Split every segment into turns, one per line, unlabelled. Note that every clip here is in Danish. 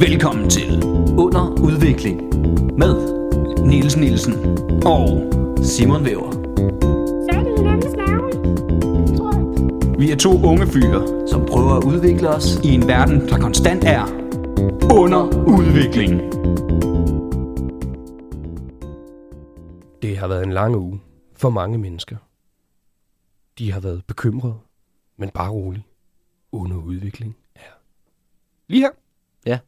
Velkommen til Under Udvikling med Niels Nielsen og Simon Væver.
Fat i hinandens navle. Tror jeg.
Vi er to unge fyre
som prøver at udvikle os.
i en verden, der konstant er under udvikling.
Det har været en lang uge for mange mennesker. De har været bekymrede, men bare rolig. Under udvikling er lige her.
Ja.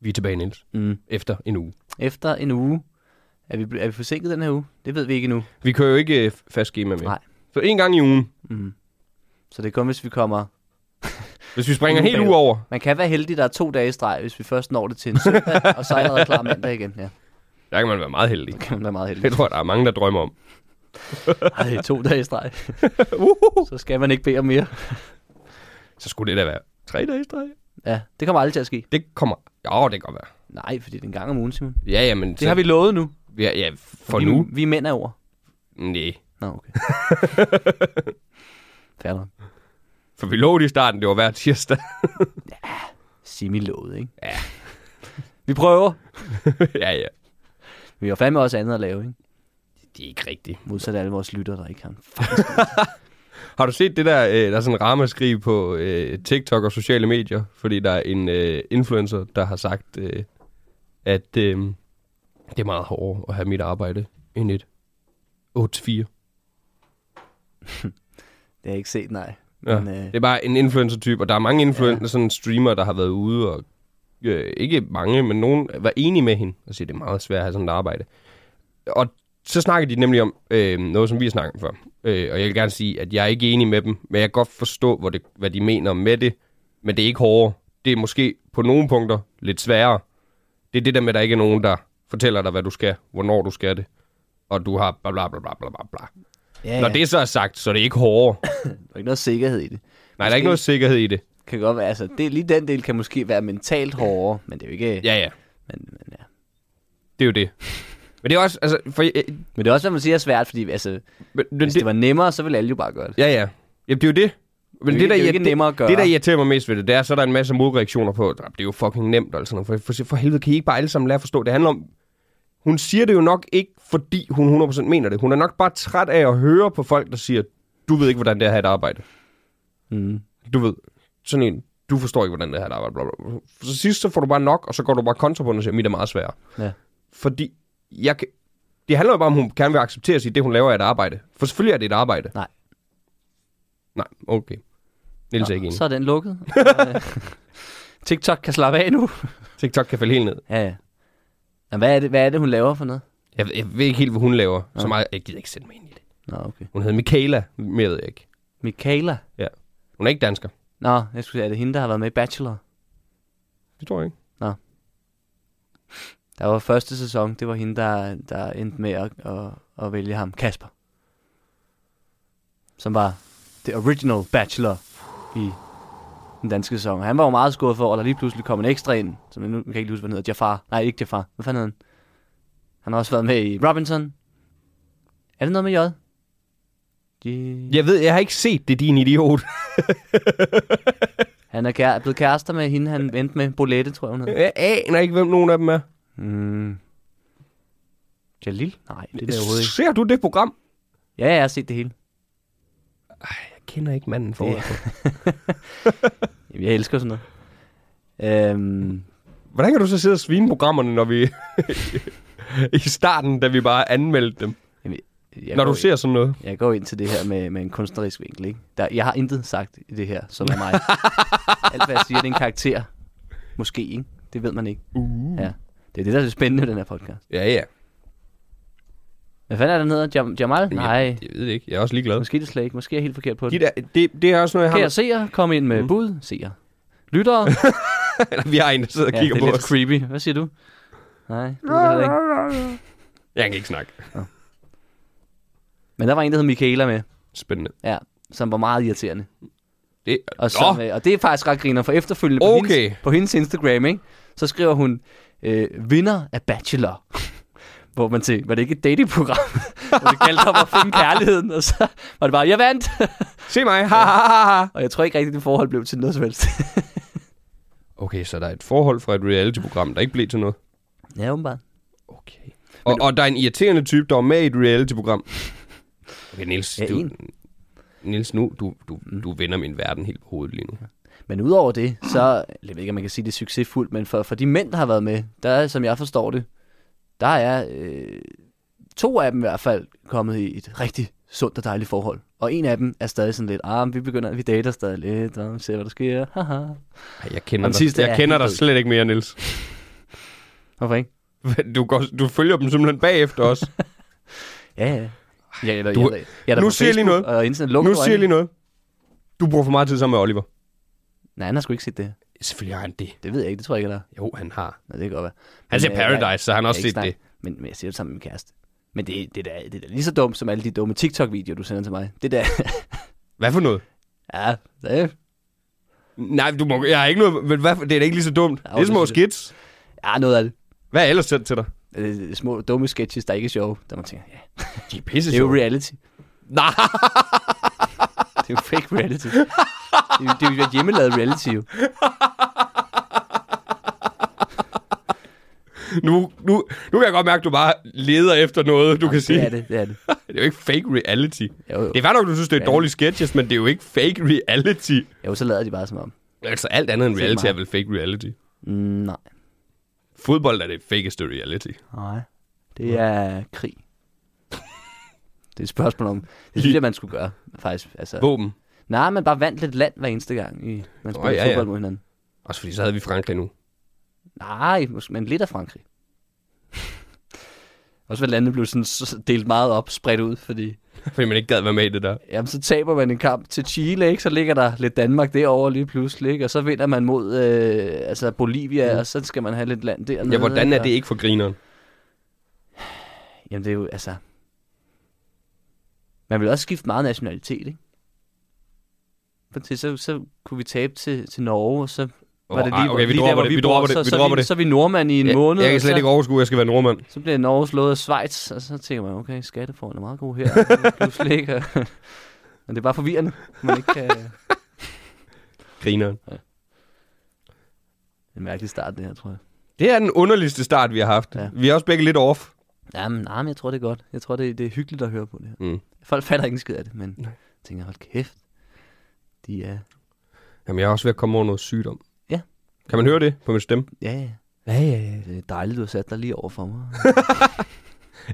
Vi er tilbage, Niels,
Mm.
efter en uge.
Efter en uge. Er vi, ble- er vi forsinket den her uge? Det ved vi ikke endnu.
Vi kører jo ikke øh, fast schema med.
Nej.
Så en gang i ugen.
Mm. Så det er kun, hvis vi kommer...
Hvis vi springer en hel
Ugen
uge over,
Man kan være heldig, der er to dage i streg, hvis vi først når det til en søndag, og så er jeg allerede klar mandag igen. Ja,
der kan man være meget heldig.
så kan man være meget heldig.
Det tror jeg, der er mange, der drømmer om.
Ej, to dage i streg. så skal man ikke bede om mere.
Så skulle det da være tre dage i streg.
Ja, det kommer aldrig til at ske.
Det kommer... Ja, det kan godt være.
Nej, fordi det er en gang om ugen, Simon.
Ja, ja, men...
Det har vi lovet nu.
Ja, ja for
vi,
nu.
Vi er mænd er over.
Nej.
Nå, okay. Færdig.
For vi lovede i starten, det var hver tirsdag.
Simi lovede, ikke? Ja. Vi prøver.
ja, ja.
Vi har fandme også andet at lave, ikke?
Det er ikke rigtigt.
Modsat alle vores lytter, der ikke har en
Har du set det der, øh, der er sådan en ramaskrig på øh, TikTok og sociale medier, fordi der er en øh, influencer, der har sagt, øh, at øh, det er meget hårdere at have mit arbejde end et 8-4.
Det har jeg ikke set, nej.
Ja.
Men, øh,
Det er bare en influencer-type, og der er mange influencer, ja. sådan streamer, der har været ude, og øh, ikke mange, men nogen var enige med hende, og siger, det er meget svært at have sådan et arbejde. Og så snakker de nemlig om øh, noget, som vi har snakket om før. Øh, og jeg vil gerne sige, at jeg er ikke enig med dem, men jeg kan godt forstå, hvor det, hvad de mener med det, men det er ikke hårdere. Det er måske på nogle punkter lidt sværere. Det er det der med, at der ikke er nogen, der fortæller dig, hvad du skal, hvornår du skal det, og du har bla bla bla bla bla bla. bla.
ja,
Når det så er sagt, så er det ikke hårdere.
Der er ikke noget sikkerhed i det.
Nej, der er ikke noget sikkerhed i det.
Kan godt være, altså, det, lige den del kan måske være mentalt hårdere, men det er jo ikke...
Ja, ja.
Men, men, ja.
Det er jo det. Men det er også, altså, for, øh,
men det er også, hvad man siger, er svært, fordi altså,
men, men
hvis det,
det,
det var nemmere, så ville alle jo bare gøre det.
ja, ja. Jamen, det er jo det. Men
Det er jo
det,
ikke- det er
der,
jo ikke
irri-
nemmere at gøre.
det, der irriterer mig mest ved det, det er, så er der en masse modreaktioner på, "Nå, det er jo fucking nemt, altså. For, for, for helvede, kan I ikke bare alle sammen lære at forstå? Det handler om, hun siger det jo nok ikke, fordi hun 100% mener det. Hun er nok bare træt af at høre på folk, der siger, du ved ikke, hvordan det er at have et arbejde.
Mm.
Du ved, sådan en, du forstår ikke, hvordan det er at have et arbejde. Bla, bla. bla. Så sidst så får du bare nok, og så går du bare kontra på den og siger, mit er meget sværere.
Ja.
Fordi jeg kan, det handler jo bare om, hun gerne vil acceptere sig, at det hun laver er et arbejde. For selvfølgelig er det et arbejde.
Nej.
Nej, okay. Niels er ikke enig.
Så er den lukket. Og, øh, TikTok kan slappe af nu.
TikTok kan falde helt ned.
ja, ja. Nå, hvad, er det, hvad er det, hun laver for noget?
Jeg, ved- jeg ved ikke helt, hvad hun laver.
Nå.
Så meget, jeg gider ikke sætte mig ind i det.
Nå, okay.
Hun hedder Michaela, mere ved jeg ikke.
Michaela.
Hun er ikke dansker.
Nå, jeg skulle sige, er det hende, der har været med i Bachelor?
Det tror jeg ikke.
Der var første sæson, det var hende, der, der endte med at, at, at vælge ham, Kasper. Som var the original bachelor i den danske sæson. Han var jo meget skuffet over, at der lige pludselig kom en ekstra ind, som jeg nu jeg kan ikke lige huske, hvad han hedder, Jafar. Nej, ikke Jafar. Hvad fanden hed han? Han har også været med i Robinson. Er det noget med J? De...
Jeg ved, jeg har ikke set det, din idiot.
Han er, kære, er blevet kærester med hende, han endte med. Bolette, tror jeg, hun hed.
Jeg aner ikke, hvem nogen af dem er.
Mm. Jalil? Nej, det er det overhovedet ikke.
Ser du det program?
Ja, jeg har set det hele.
Jeg kender ikke manden for.
Det- Jamen, jeg elsker sådan noget. Øhm,
Hvordan kan du så sidde og svine programmerne, når vi... I starten, da vi bare anmeldte dem.
jeg
når
går
du ser sådan noget.
Ind, jeg går ind til det her med, med en kunstnerisk vinkel. Ikke? Der, jeg har intet sagt i det her, som er mig. Alt, hvad jeg siger, det er en karakter. Måske, ikke? Det ved man ikke.
Uh.
Ja. Det er det, der er det spændende ved den her podcast.
Ja, ja.
Hvad fanden er den hedder? Jam- Jamal? Nej.
Jeg, jeg ved det ikke. Jeg er også ligeglad.
Måske det slet ikke. Måske er jeg helt forkert på
De
det.
der, det, Mm. det er også noget, jeg
Kære
har...
seere, kom ind med bud. Seere. Lyttere.
Eller, vi har en, der sidder og
Ja, det
kigger
er
på
lidt
os.
creepy. Hvad siger du? Nej, det ved jeg ikke.
Jeg kan ikke snakke.
Men der var en, der hed Michaela med,
Spændende.
ja, som var meget irriterende.
Det,
Og, som,
Nå,
øh, og det er faktisk ret griner, for efterfølgende på,
Okay.
hendes, på hendes Instagram, ikke? så skriver hun, øh, vinder af Bachelor. Hvor man tænkte, var det ikke et datingprogram? Hvor det galt om at finde kærligheden, og så var det bare, jeg vandt!
se mig. Ha, ha, ha, ha.
og jeg tror ikke rigtigt, det forhold blev til noget som helst.
Okay, så der er et forhold fra et reality-program, der ikke blev til noget.
Ja, åbenbart.
Okay. Og, og der er en irriterende type, der var med i et reality-program. Okay, Niels,
Ja,
du,
en. Mm.
Niels nu, du, du, du vender min verden helt på hovedet lige nu.
Men udover det, så, jeg ved ikke, om man kan sige, det er succesfuldt, men for, for de mænd, der har været med, der er, som jeg forstår det, der er øh, to af dem i hvert fald kommet i et rigtig sundt og dejligt forhold. Og en af dem er stadig sådan lidt, ah, men vi begynder, vi dater stadig lidt, og ser, hvad der sker, haha.
Ej, jeg kender
Og den
dig,
sidste
jeg
er
kender
helt
dig
død.
slet ikke mere, Niels.
Hvorfor ikke?
Du, går, du følger dem simpelthen bagefter os.
Ja, ja. Ja, eller,
Du-
du, jeg, jeg,
nu siger jeg lige noget.
Og internet lukker
nu siger jeg lige noget. Du bruger for meget tid sammen med Oliver.
Nej, han har sgu ikke set det. her.
Selvfølgelig har han det.
Det ved jeg ikke, det tror jeg ikke, der.
Jo, han har.
Nej, det kan godt være.
Han ser
Men, øh, jeg-
Altså, Paradise, så han har
jeg
også
ikke
set
snakke-
det.
Men, men jeg siger det sammen med min kæreste. Men det, det, er da, det er da lige så dumt som alle de dumme TikTok-videoer, du sender til mig. Det der,
Hvad for noget?
ja, det,
Nej, du må, jeg har ikke noget, men hvad, for- det er da ikke lige så dumt.
Jo,
det er små
det synes
skits.
ja, noget af det.
Hvad er ellers sendt til dig?
Øh, små dumme sketches, der ikke er sjove, der man tænker, ja,
De er pisse
det er jo reality.
Nej,
Det er jo fake reality. det, er, jo- det er jo et hjemmelavet reality, jo.
nu, nu, nu kan jeg godt mærke, at du bare leder efter noget, du kan sige.
Det er det, det er det.
Det er jo ikke fake reality.
Jo, jo.
Det er fair nok, du synes, det er
Ja.
dårlige sketches, men det er jo ikke fake reality.
Jo, så lader de bare som om.
Altså, alt andet end
Se
reality
mig.
er vel fake reality.
Mm, nej.
Fodbold er det fakeste reality.
Nej. Det er krig. Det er et spørgsmål om... Det synes jeg, man skulle gøre, faktisk. Altså,
Våben.
nej, man bare vandt lidt land hver eneste gang, i, man spiller oh,
ja,
ja,
ja.
fodbold mod hinanden.
Også fordi så havde vi Frankrig nu.
Nej, måske- men lidt af Frankrig. Også hvad landet blev sådan s- delt meget op, spredt ud, fordi
Fordi man ikke gad være med i det der.
jamen, så taber man en kamp til Chile, ikke? så ligger der lidt Danmark derovre lige pludselig, ikke? og så vinder man mod øh, altså Bolivia, mm. og så skal man have lidt land dernede.
Ja, hvordan er
ikke?
det ikke for grineren?
Og- Jamen det er jo, altså... Man vil også skifte meget nationalitet, ikke? Fordi så, så kunne vi tabe til, til Norge, og så var
Åh,
det
ej,
lige,
okay, vi
lige der,
dropper
hvor
det,
vi,
vi
bor,
dropper
så,
det, vi
så,
dropper
vi,
det.
så er vi nordmænd i en
Ja,
måned.
jeg kan
og
slet
så,
ikke overskue, at jeg skal være nordmand.
Så bliver Norge slået af Schweiz, og så tænker man, okay, skatteforhold er meget god her. og så pludselig ikke, og- Men det er bare forvirrende. Man ikke kan...
Grineren.
En mærkelig start, det her, tror jeg.
Det er den underligste start, vi har haft.
Ja.
Vi er også begge lidt off.
Jamen, nej, men jeg tror, det er godt. Jeg tror, det, det er hyggeligt at høre på det her.
Mm.
Folk fatter ikke en skid af det, men
Nej.
jeg tænker, hold kæft. De er...
Jamen, jeg er også ved at komme over noget sygdom.
Ja.
Kan man høre det på min stemme?
Ja, ja. Ja, ja, ja. Det er dejligt, du har sat dig lige over for mig.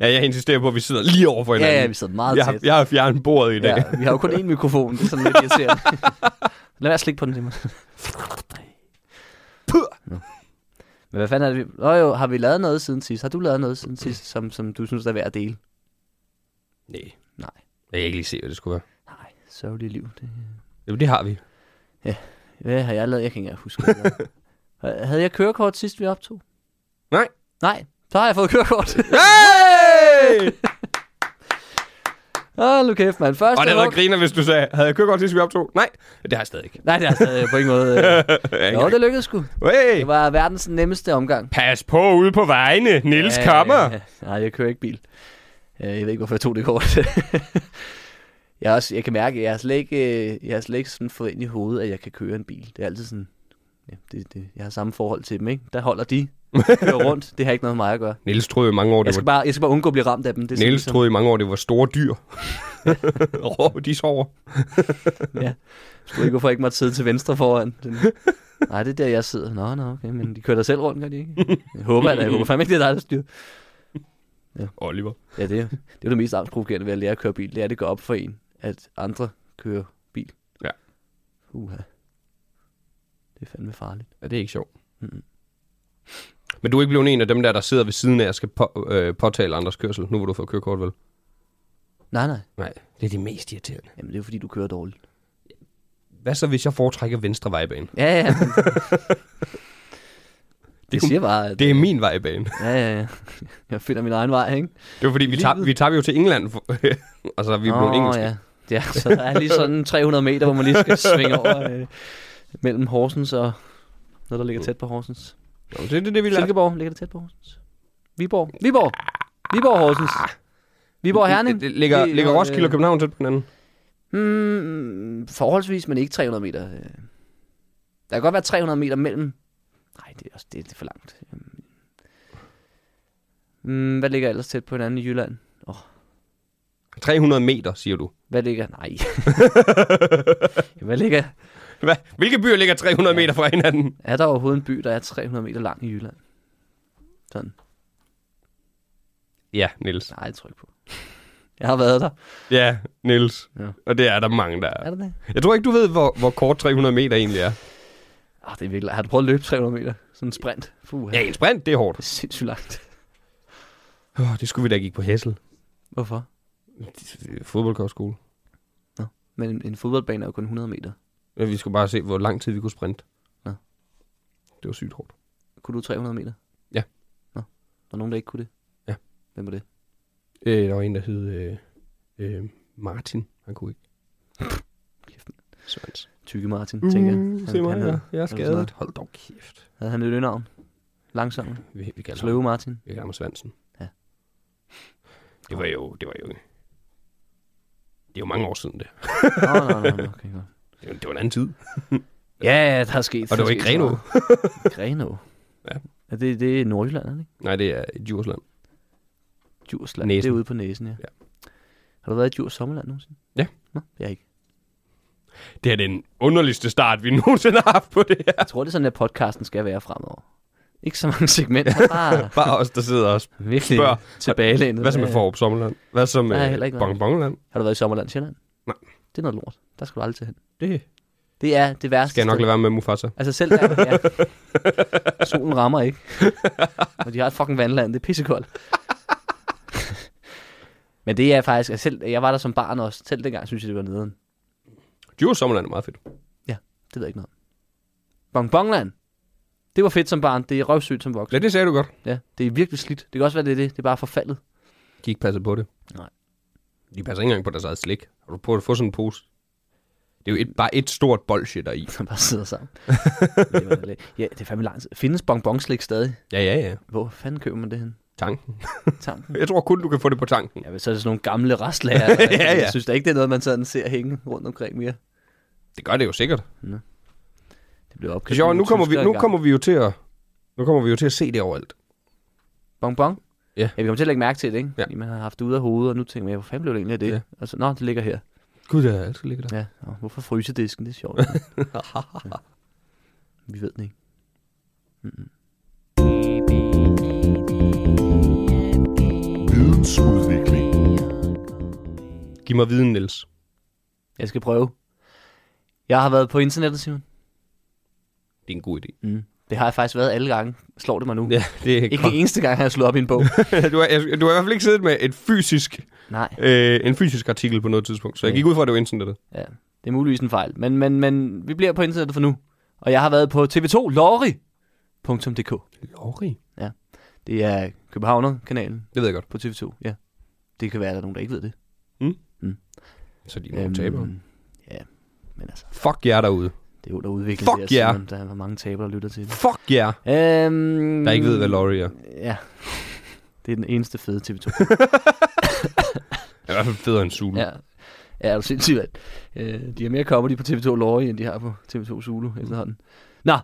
Ja, jeg insisterer på, at vi sidder lige over for hinanden.
ja, ja, vi sidder meget
jeg, har,
tæt.
jeg har fjernet bordet i dag. Ja.
ja, vi har jo kun én mikrofon, det er sådan lidt irriterende. Lad være slik på den til mig. Nå. Men hvad fanden er det? vi- Nå jo, har vi lavet noget siden sidst? Har du lavet noget siden sidst, som, som du synes er værd at dele?
Nej.
Nej.
Jeg kan ikke lige se, hvad det skulle være.
Nej, sørgeligt liv. Det...
Jamen, det har vi.
Hvad har jeg lavet? Jeg kan ikke engang huske. hvad jeg lavede. Har- Havde jeg kørekort sidst, vi optog?
Nej.
Nej, så har jeg fået kørekort.
Hey!
Åh, nu kæft, mand. Første
Og det
hug.
havde griner, hvis du sagde, havde jeg kørekort sidst, vi optog? Nej, det har jeg stadig ikke.
Nej, det er stadig på ingen måde. øh.
Jeg
Jo, det lykkedes sgu.
hey,
Det var verdens nemmeste omgang.
pas på ude på vejene, Nils
Ja,
kommer.
ja, ja. Nej, jeg kører ikke bil. Øh, Jeg ved ikke, hvorfor jeg tog det kort. jeg, er også, jeg kan mærke, at jeg har slet ikke, øh, jeg har slet ikke sådan fået ind i hovedet, at jeg kan køre en bil. Det er altid sådan... Ja, det, det, jeg har samme forhold til dem, ikke? Der holder de. Kører rundt. Det har ikke noget med mig at gøre.
Nils troede i mange år,
Jeg
det
skal
var,
bare, jeg skal bare undgå at blive ramt af dem. Det er sådan ligesom-
Niels troede i mange år, det var store dyr. Åh, de sover.
ja. Jeg ved ikke, hvorfor jeg ikke måtte sidde til venstre foran. Den... Nej, det er der, jeg sidder. Nå, nå, okay, men de kører dig selv rundt, gør de ikke? Jeg håber, at jeg håber fandme ikke, det er dig, der styrer.
Oliver.
Ja, det er, det er jo det mest angstprovokerende ved at lære at køre bil. Det er, at det går op for en, at andre kører bil.
Ja.
Uha. Det er fandme farligt.
Ja, det er ikke sjovt.
Mm.
Men du er ikke blevet en af dem der, der sidder ved siden af og skal på, øh, påtale andres kørsel, nu hvor du får kørekort, vel?
Nej, nej.
Nej, det er det mest irriterende.
Jamen, det er jo fordi, du kører dårligt.
Hvad så, hvis jeg foretrækker venstre vejbane?
Ja, ja. men det
kunne-
siger bare, at
Det er min vejbane.
ja, ja, ja. jeg finder min egen vej, ikke?
Det var fordi, vi, tab,
Livet.
vi tabte jo til England, for, og så er vi blevet engelske.
ja. ja, så der er lige sådan 300 meter, hvor man lige skal svinge over øh, mellem Horsens og noget, der ligger tæt på Horsens.
Nå, men det er det, det, vi lærte.
Silkeborg, ligger det tæt på Horsens? Viborg. Viborg. Viborg Horsens. Viborg
Ah.
Herning.
Det, det, det ligger,
Det-
ligger
øh, hmm,
Roskilde og København tæt på hinanden.
Mm, forholdsvis, men ikke 300 meter. øh. Der kan godt være 300 meter mellem Nej, det er også det, det er for langt. Øhm. Mm, hvad ligger ellers tæt på hinanden i Jylland?
300 meter, siger du.
Hvad ligger... Nej. hvad ligger...
Hva? Hvilke byer ligger 300 meter fra hinanden?
Er der overhovedet en by, der er 300 meter lang i Jylland? Sådan.
Ja, Nils.
Nej, det tror jeg ikke på. Jeg har været der.
Ja, Nils.
Ja.
Og det er der mange, der er.
Er det det?
Jeg tror ikke, du ved, hvor, hvor kort 300 meter egentlig er.
Ah, det er virkelig... Har du prøvet at løbe 300 meter? Sådan en sprint? Fuh,
Ja, en sprint, det er hårdt.
Det er sindssygt langt.
Oh, det skulle vi da gik på Hessel.
Hvorfor?
Fodboldkortskole.
Men en, en fodboldbane er jo kun 100 meter.
Ja, vi skulle bare se, hvor lang tid vi kunne sprinte.
Nå.
Det var sygt hårdt.
Kunne du 300 meter?
Ja.
Nå, der er nogen, der ikke kunne det?
Ja.
Hvem var det?
Øh, der var en, der hed øh, øh, Martin. Han kunne ikke.
Kæft,
Svans.
Tykke Martin, mm, tænker jeg. Han-
se mig,
han
jeg,
havde,
jeg er
sådan noget.
skadet. Hold dog kæft.
havde han et øgenavn? Langsomme?
Vi, vi kalder
Sløve Martin?
Vi kalder ham Svansen.
Ja.
Det var jo... Det var jo det er jo mange år siden, det.
Nå, nå, nå, nå, okay, godt.
Det var, det var en anden tid.
Ja, ja, der er sket.
Og det
der
var
er
ikke
sket så
Grenaa.
meget. Grenaa?
Ja.
Er det, det er Nordjylland, er det ikke?
Nej, det er i Djursland.
Djursland.
Næsen.
Det er ude på næsen, ja.
Ja.
Har du været i Djurs Sommerland nogensinde?
Ja.
Nå, jeg ikke.
Det er den underligste start, vi nogensinde har haft på det her.
Jeg tror, det er sådan, at podcasten skal være fremover. Ikke så mange segmenter, bare
Bare os, der sidder og
virkelig
Spørg.
tilbagelænet.
Hvad så med
Ja.
Forop Sommerland? Hvad så
Der er heller
med
ikke noget.
Bongbongland?
Har du været i Sommerland, Sjælland?
Nej.
Det er noget lort. Der skal du aldrig til hen.
Det
Det er det værste.
skal jeg nok
sted.
lade være med Mufasa.
Altså selv der, ja. Solen rammer ikke. Og de har et fucking vandland. Det er pissekoldt. Men det er faktisk... Altså selv, jeg var der som barn også. Selv dengang synes jeg, det var nederen.
Djurs Sommerland er meget fedt.
Det ved jeg ikke noget om. Bongbongland. Det var fedt som barn. Det er røvsygt som voksen.
Ja, det sagde du godt.
Ja, det er virkelig slidt. Det kan også være, det er det. Det er bare forfaldet.
De ikke passer på det.
Nej.
De passer ikke engang på deres eget slik. Har du prøvet at få sådan en pose? Det er jo et, bare et stort bolsje der i.
Som bare sidder sammen. det var da lidt- ja, det er fandme lang tid. Findes bonbonslik stadig?
Ja, ja, ja.
Hvor fanden køber man det hen?
Tanken.
Tanken.
Jeg tror kun, du kan få det på tanken.
Ja, men så er det sådan nogle gamle restlager. ja,
ja.
ja. Jeg synes da ikke, det er noget, man sådan ser hænge rundt omkring mere.
Det gør det jo sikkert.
Det bliver opkøbt.
Det er sjovt,
af
nu
nogle
kommer, vi,
tyskere
nu
engang.
kommer vi jo til at, nu kommer vi jo til at se det overalt.
Bonbon?
Ja.
ja. vi kommer til at lægge mærke til det, ikke?
Ja.
Ja. Fordi man har haft det ude af hovedet, og nu tænker man, ja, hvor fanden blev det egentlig af det?
Ja.
Ja. Og så, nå, det ligger her.
Gud, der er altid ligger der.
Ja, og hvorfor frysedisken? Det er sjovt. ja. Vi ved det ikke.
Giv mig viden, Niels.
Jeg skal prøve. Jeg har været på internettet, Simon.
Det er en god idé.
Mm. Det har jeg faktisk været alle gange. Slår det mig nu?
Ja, det er
Ikke en eneste gang har jeg slået op i en bog.
du, har, jeg- du har i hvert fald ikke siddet med et fysisk,
Nej,
øh, en fysisk artikel på noget tidspunkt. Så jeg
Nej.
gik ud fra, at det var internettet.
ja. det er muligvis en fejl. Men, men, men vi bliver på internettet for nu. Og jeg har været på tv2 lorry.dk.
Lorry.
Det er Københavner-kanalen
Det ved jeg godt.
på TV2. Ja. Det kan være, at der er nogen, der ikke ved det. Øhm,
Så de er nogle tabere.
Ja, men altså,
Fuck jer derude.
det er jo der udvikler
Fuck
det
yeah.
Simon. Der er mange tabere, der lytter til det.
Fuck jer,
Øhm,
der ikke ved, hvad Lorry er.
Ja. Det er den eneste fede TV2.
Jeg er i hvert fald federe end Zulu.
ja. Ja, er du sindssygt, mand. Øh, de har mere comedy på TV2 Lorry, end de har på TV2 Zulu efterhånden. Nå,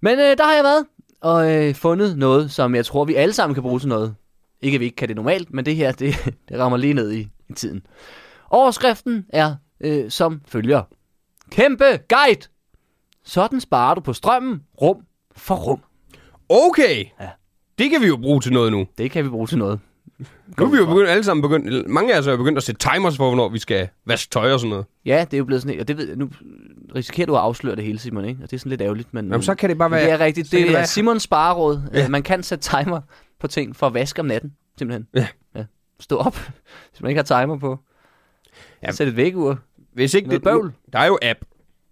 men øh, der har jeg været og øh, fundet noget, som jeg tror, vi alle sammen kan bruge til noget. Ikke at vi ikke kan det normalt, men det her, det, det rammer lige ned i, i tiden. Overskriften er øh, som følger. Kæmpe guide! Sådan sparer du på strømmen, rum for rum.
Okay!
Ja.
Det kan vi jo bruge til noget nu.
Det kan vi bruge til noget.
Nu er vi jo begyndt, alle sammen begyndt, eller mange af os er jo begyndt at sætte timers for, hvornår vi skal vaske tøj og sådan noget.
Ja, det er jo blevet sådan, og det ved jeg, nu risikerer du at afsløre det hele, Simon, ikke? Og det er sådan lidt ærgerligt, men...
Jamen, så kan det bare
Men
være...
Det er rigtigt.
så kan
Det,
det
det er
være-
Simons spareråd.
Ja.
Ja. Man kan sætte timer på ting for at vaske om natten, simpelthen.
Ja.
ja. Stå op, hvis man ikke har timer på.
Ja.
Ja. Sæt et vækkeur. Øh,
Hvis ikke
Noget
det, nu,
bøvl.
der er jo app.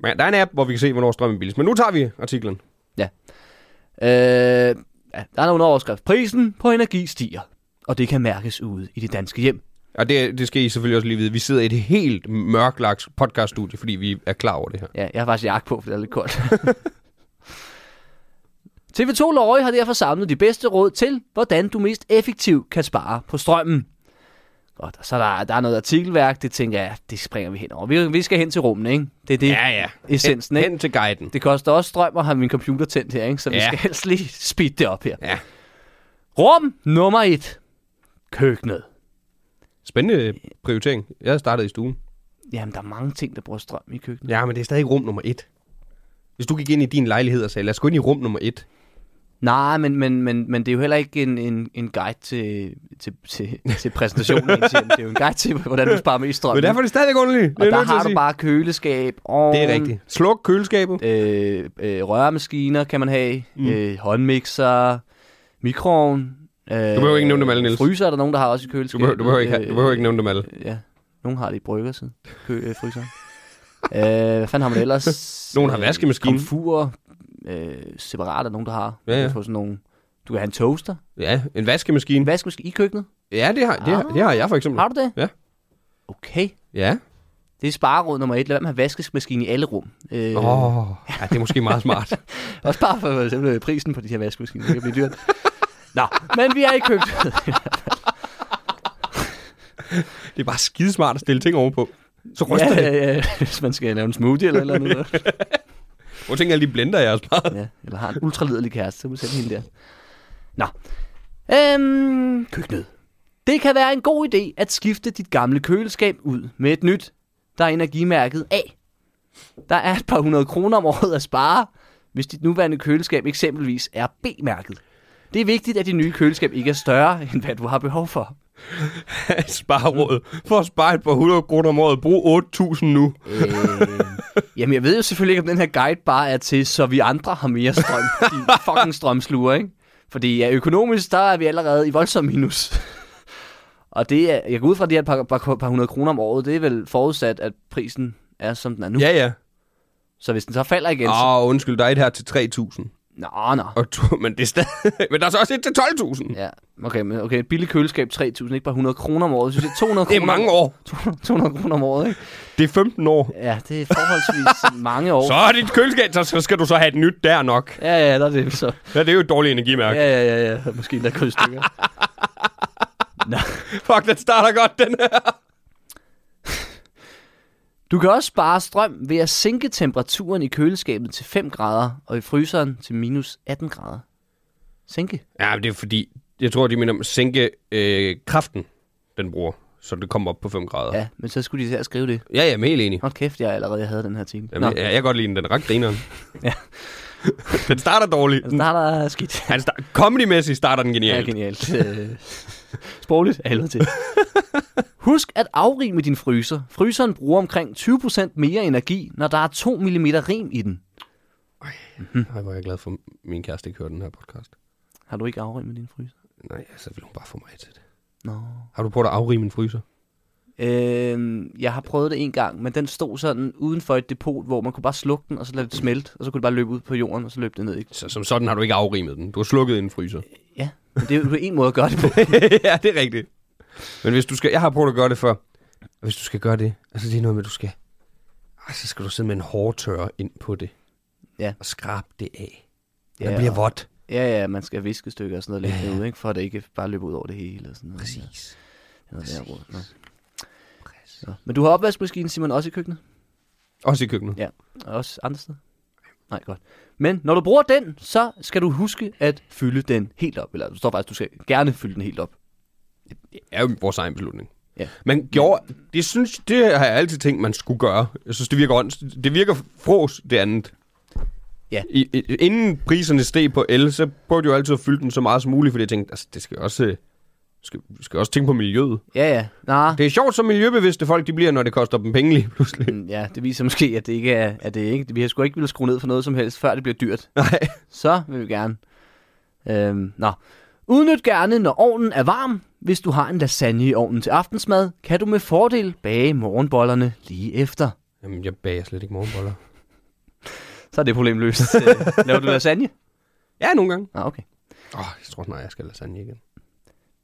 Men der er en app, hvor vi kan se, hvornår strømmen er billigst. Men nu tager vi artiklen.
Øh, ja, der er nogle overskrift. Prisen på energi stiger, og det kan mærkes ude i det danske hjem.
Og det, det skal I selvfølgelig også lige vide. Vi sidder i et helt mørklagt podcaststudie, fordi vi er klar over det her.
Ja, jeg har faktisk jakke på, for det er lidt koldt. TV2 Lorry har derfor samlet de bedste råd til, hvordan du mest effektivt kan spare på strømmen. Og der, så er der, der er noget artikelværk, det tænker jeg, det springer vi hen over. Vi, vi skal hen til rummene, ikke? Det er det,
Ja, ja.
essensen, ikke?
Hen til guiden.
Det koster også strøm at have min computer tændt her, ikke? Så vi
Ja.
skal helst lige speede det op her.
Ja.
Rum nummer et. Køkkenet.
Spændende prioritering. Jeg startede i stuen.
Jamen, der er mange ting, der bruger strøm i køkkenet.
Ja, men det er stadig rum nummer et. Hvis du gik ind i din lejlighed og sagde, lad os gå ind i rum nummer et.
Nej, men, men, men, men det er jo heller ikke en, en, en guide til, til, til, til præsentationen. egentlig. det er jo en guide til, hvordan du sparer mest strøm.
Men derfor er det stadigvæk underligt.
og der har du bare køleskab og...
Det er rigtigt. Sluk køleskabet.
Øh, øh, rørmaskiner kan man have, mm. øh, håndmixer, mikroovn. Øh, du
behøver ikke nævne dem alle, Niels.
Fryser er der nogen, der har også i
Du
køleskabet.
behøver, du behøver, ikke, have- du behøver ikke nævne dem alle.
Øh, ja, nogen har det i bryggersiden. Kø, øh, fryser. øh, hvad fanden har man ellers?
Nogen har
Øh,
vaskemaskine.
Komfurer, øh, separat er nogen, der har.
Ja, ja.
Du kan få sådan nogle... Du kan have en toaster.
Ja, en vaskemaskine.
En vaskemaskine i køkkenet.
Ja, det har, det, har, det har jeg for eksempel.
Har du det?
Ja.
Okay.
Ja.
Det er spareråd nummer et. Lad være med at have vaskemaskine i alle rum. Øh,
Åh, oh, ja, det er måske meget smart.
Også bare for eksempel prisen på de her vaskemaskiner. Det kan blive dyrt. Nå, men vi er i køkkenet.
det er bare skidesmart at stille ting ovenpå. Så ryster
ja,
ja, det.
ja, ja, hvis man skal lave en smoothie eller et eller andet.
Prøv at tænke alle de blender, jeg har sparet.
ja, eller har en ultralederlig kæreste, så må du sætte hende der. Nå. Øhm, køkkenet. Det kan være en god idé at skifte dit gamle køleskab ud med et nyt, der er energimærket A. Der er et par hundrede kroner om året at spare, hvis dit nuværende køleskab eksempelvis er B-mærket. Det er vigtigt, at dit nye køleskab ikke er større, end hvad du har behov for.
Spareråd. For at spare et par 100 kroner om året, brug 8.000 nu.
Øh, jamen, jeg ved jo selvfølgelig ikke, om den her guide bare er til, så vi andre har mere strøm. De fucking strømsluger, ikke? Fordi ja, økonomisk, der er vi allerede i voldsom minus. Og det er, jeg går ud fra, at de her par, par, par hundrede kroner om året, det er vel forudsat, at prisen er, som den er nu.
Ja, ja.
Så hvis den så falder igen, så...
Åh, oh, undskyld, der er et her til 3.000.
Nå, nå.
Og to, men det er stadig... Men der er så også et til 12.000.
Ja, okay, men okay, et billigt køleskab 3.000, ikke bare 100 kroner om året. Så synes jeg, 200
Det
kroner,
er mange år.
200, 200 kroner om året, ikke?
Det er 15 år.
Ja, det er forholdsvis mange år.
Så er dit køleskab, så- så skal du så have et nyt der nok.
Ja, ja, der er det så.
Ja, det er jo et dårligt energimærke.
Ja, ja, ja, ja. Måske endda gået i stykker. Nå.
Fuck, den starter godt, den her.
Du kan også spare strøm ved at sænke temperaturen i køleskabet til 5 grader, og i fryseren til minus 18 grader. Sænke.
Ja, men det er fordi, jeg tror, de mener om at sænke øh, kraften, den bruger, så det kommer op på 5 grader. Ja,
Ja, men så skulle de til at skrive det.
ja, jeg er helt enig.
Hold kæft, jeg allerede havde den her ting. Nå,
Jamen, ja, jeg kan godt lide den, den er ret grineren.
Ja.
den starter dårligt.
altså, der er der skidt.
Han start, comedy-mæssigt starter den
Ja,
genialt. Ja,
genialt. Øh, Sprogligt af helvede til. Husk at afrime din fryser. Fryseren bruger omkring 20% mere energi, når der er 2 mm rim i den.
Jeg var jeg glad for, at min kæreste ikke hørte den her podcast.
Har du ikke afrimet din fryser?
Nej, så vil hun bare få mig til det.
Nå.
Har du prøvet at afrige min fryser?
Øhm, jeg har prøvet det en gang, men den stod sådan uden for et depot, hvor man kunne bare slukke den, og så lade det smelte, og så kunne det bare løbe ud på jorden, og så løb det ned. Ikke?
Så, som sådan har du ikke afrimet den. Du har slukket en fryser.
Ja, men det er jo en måde at gøre det på.
ja, det er rigtigt. Men hvis du skal... Jeg har prøvet at gøre det før. Og hvis du skal gøre det, altså det er noget med, at du skal... Ej, så skal du sidde med en hårdtørre ind på det.
Ja.
Og skrabe det af. Det
Ja,
bliver
og-
vådt.
Ja, ja, man skal have viskestykker og sådan noget lidt
Ja, ja.
derude, ikke? for at det ikke bare løber ud over det hele. Og sådan noget.
Præcis.
Ja, noget der råd. Nå.
Præcis.
Nå. Men du har opvaskemaskinen, Simon, også i køkkenet?
Også i køkkenet.
Ja, og også andre steder? Nej, godt. Men når du bruger den, så skal du huske at fylde den helt op. Eller du står faktisk, du skal gerne fylde den helt op.
Det er jo vores egen beslutning.
Ja.
Man gjorde, det, synes, det har jeg altid tænkt, man skulle gøre. Jeg synes, det virker ånds- Det virker fros, det andet.
Ja.
I, i, inden priserne steg på el, så prøvede jeg jo altid at fylde den så meget som muligt, fordi jeg tænkte, altså, det skal jo også, øh, skal, skal også tænke på miljøet.
Ja, ja. Nå,
Det er sjovt, så miljøbevidste folk de bliver, når det koster dem penge lige pludselig.
Mm, Ja, det viser måske, at det ikke er, at det ikke, vi har sgu ikke ville skrue ned for noget som helst, før det bliver dyrt.
Nej.
Så vil vi gerne. Øhm, nå. Udnyt gerne, når ovnen er varm. Hvis du har en lasagne i ovnen til aftensmad, kan du med fordel bage morgenbollerne lige efter.
Jamen, jeg bager slet ikke morgenboller.
Så er det problem løst. Øh, Laver du lasagne?
Ja, nogle gange.
Ah, okay.
Åh, oh, jeg tror snart, jeg skal lasagne igen.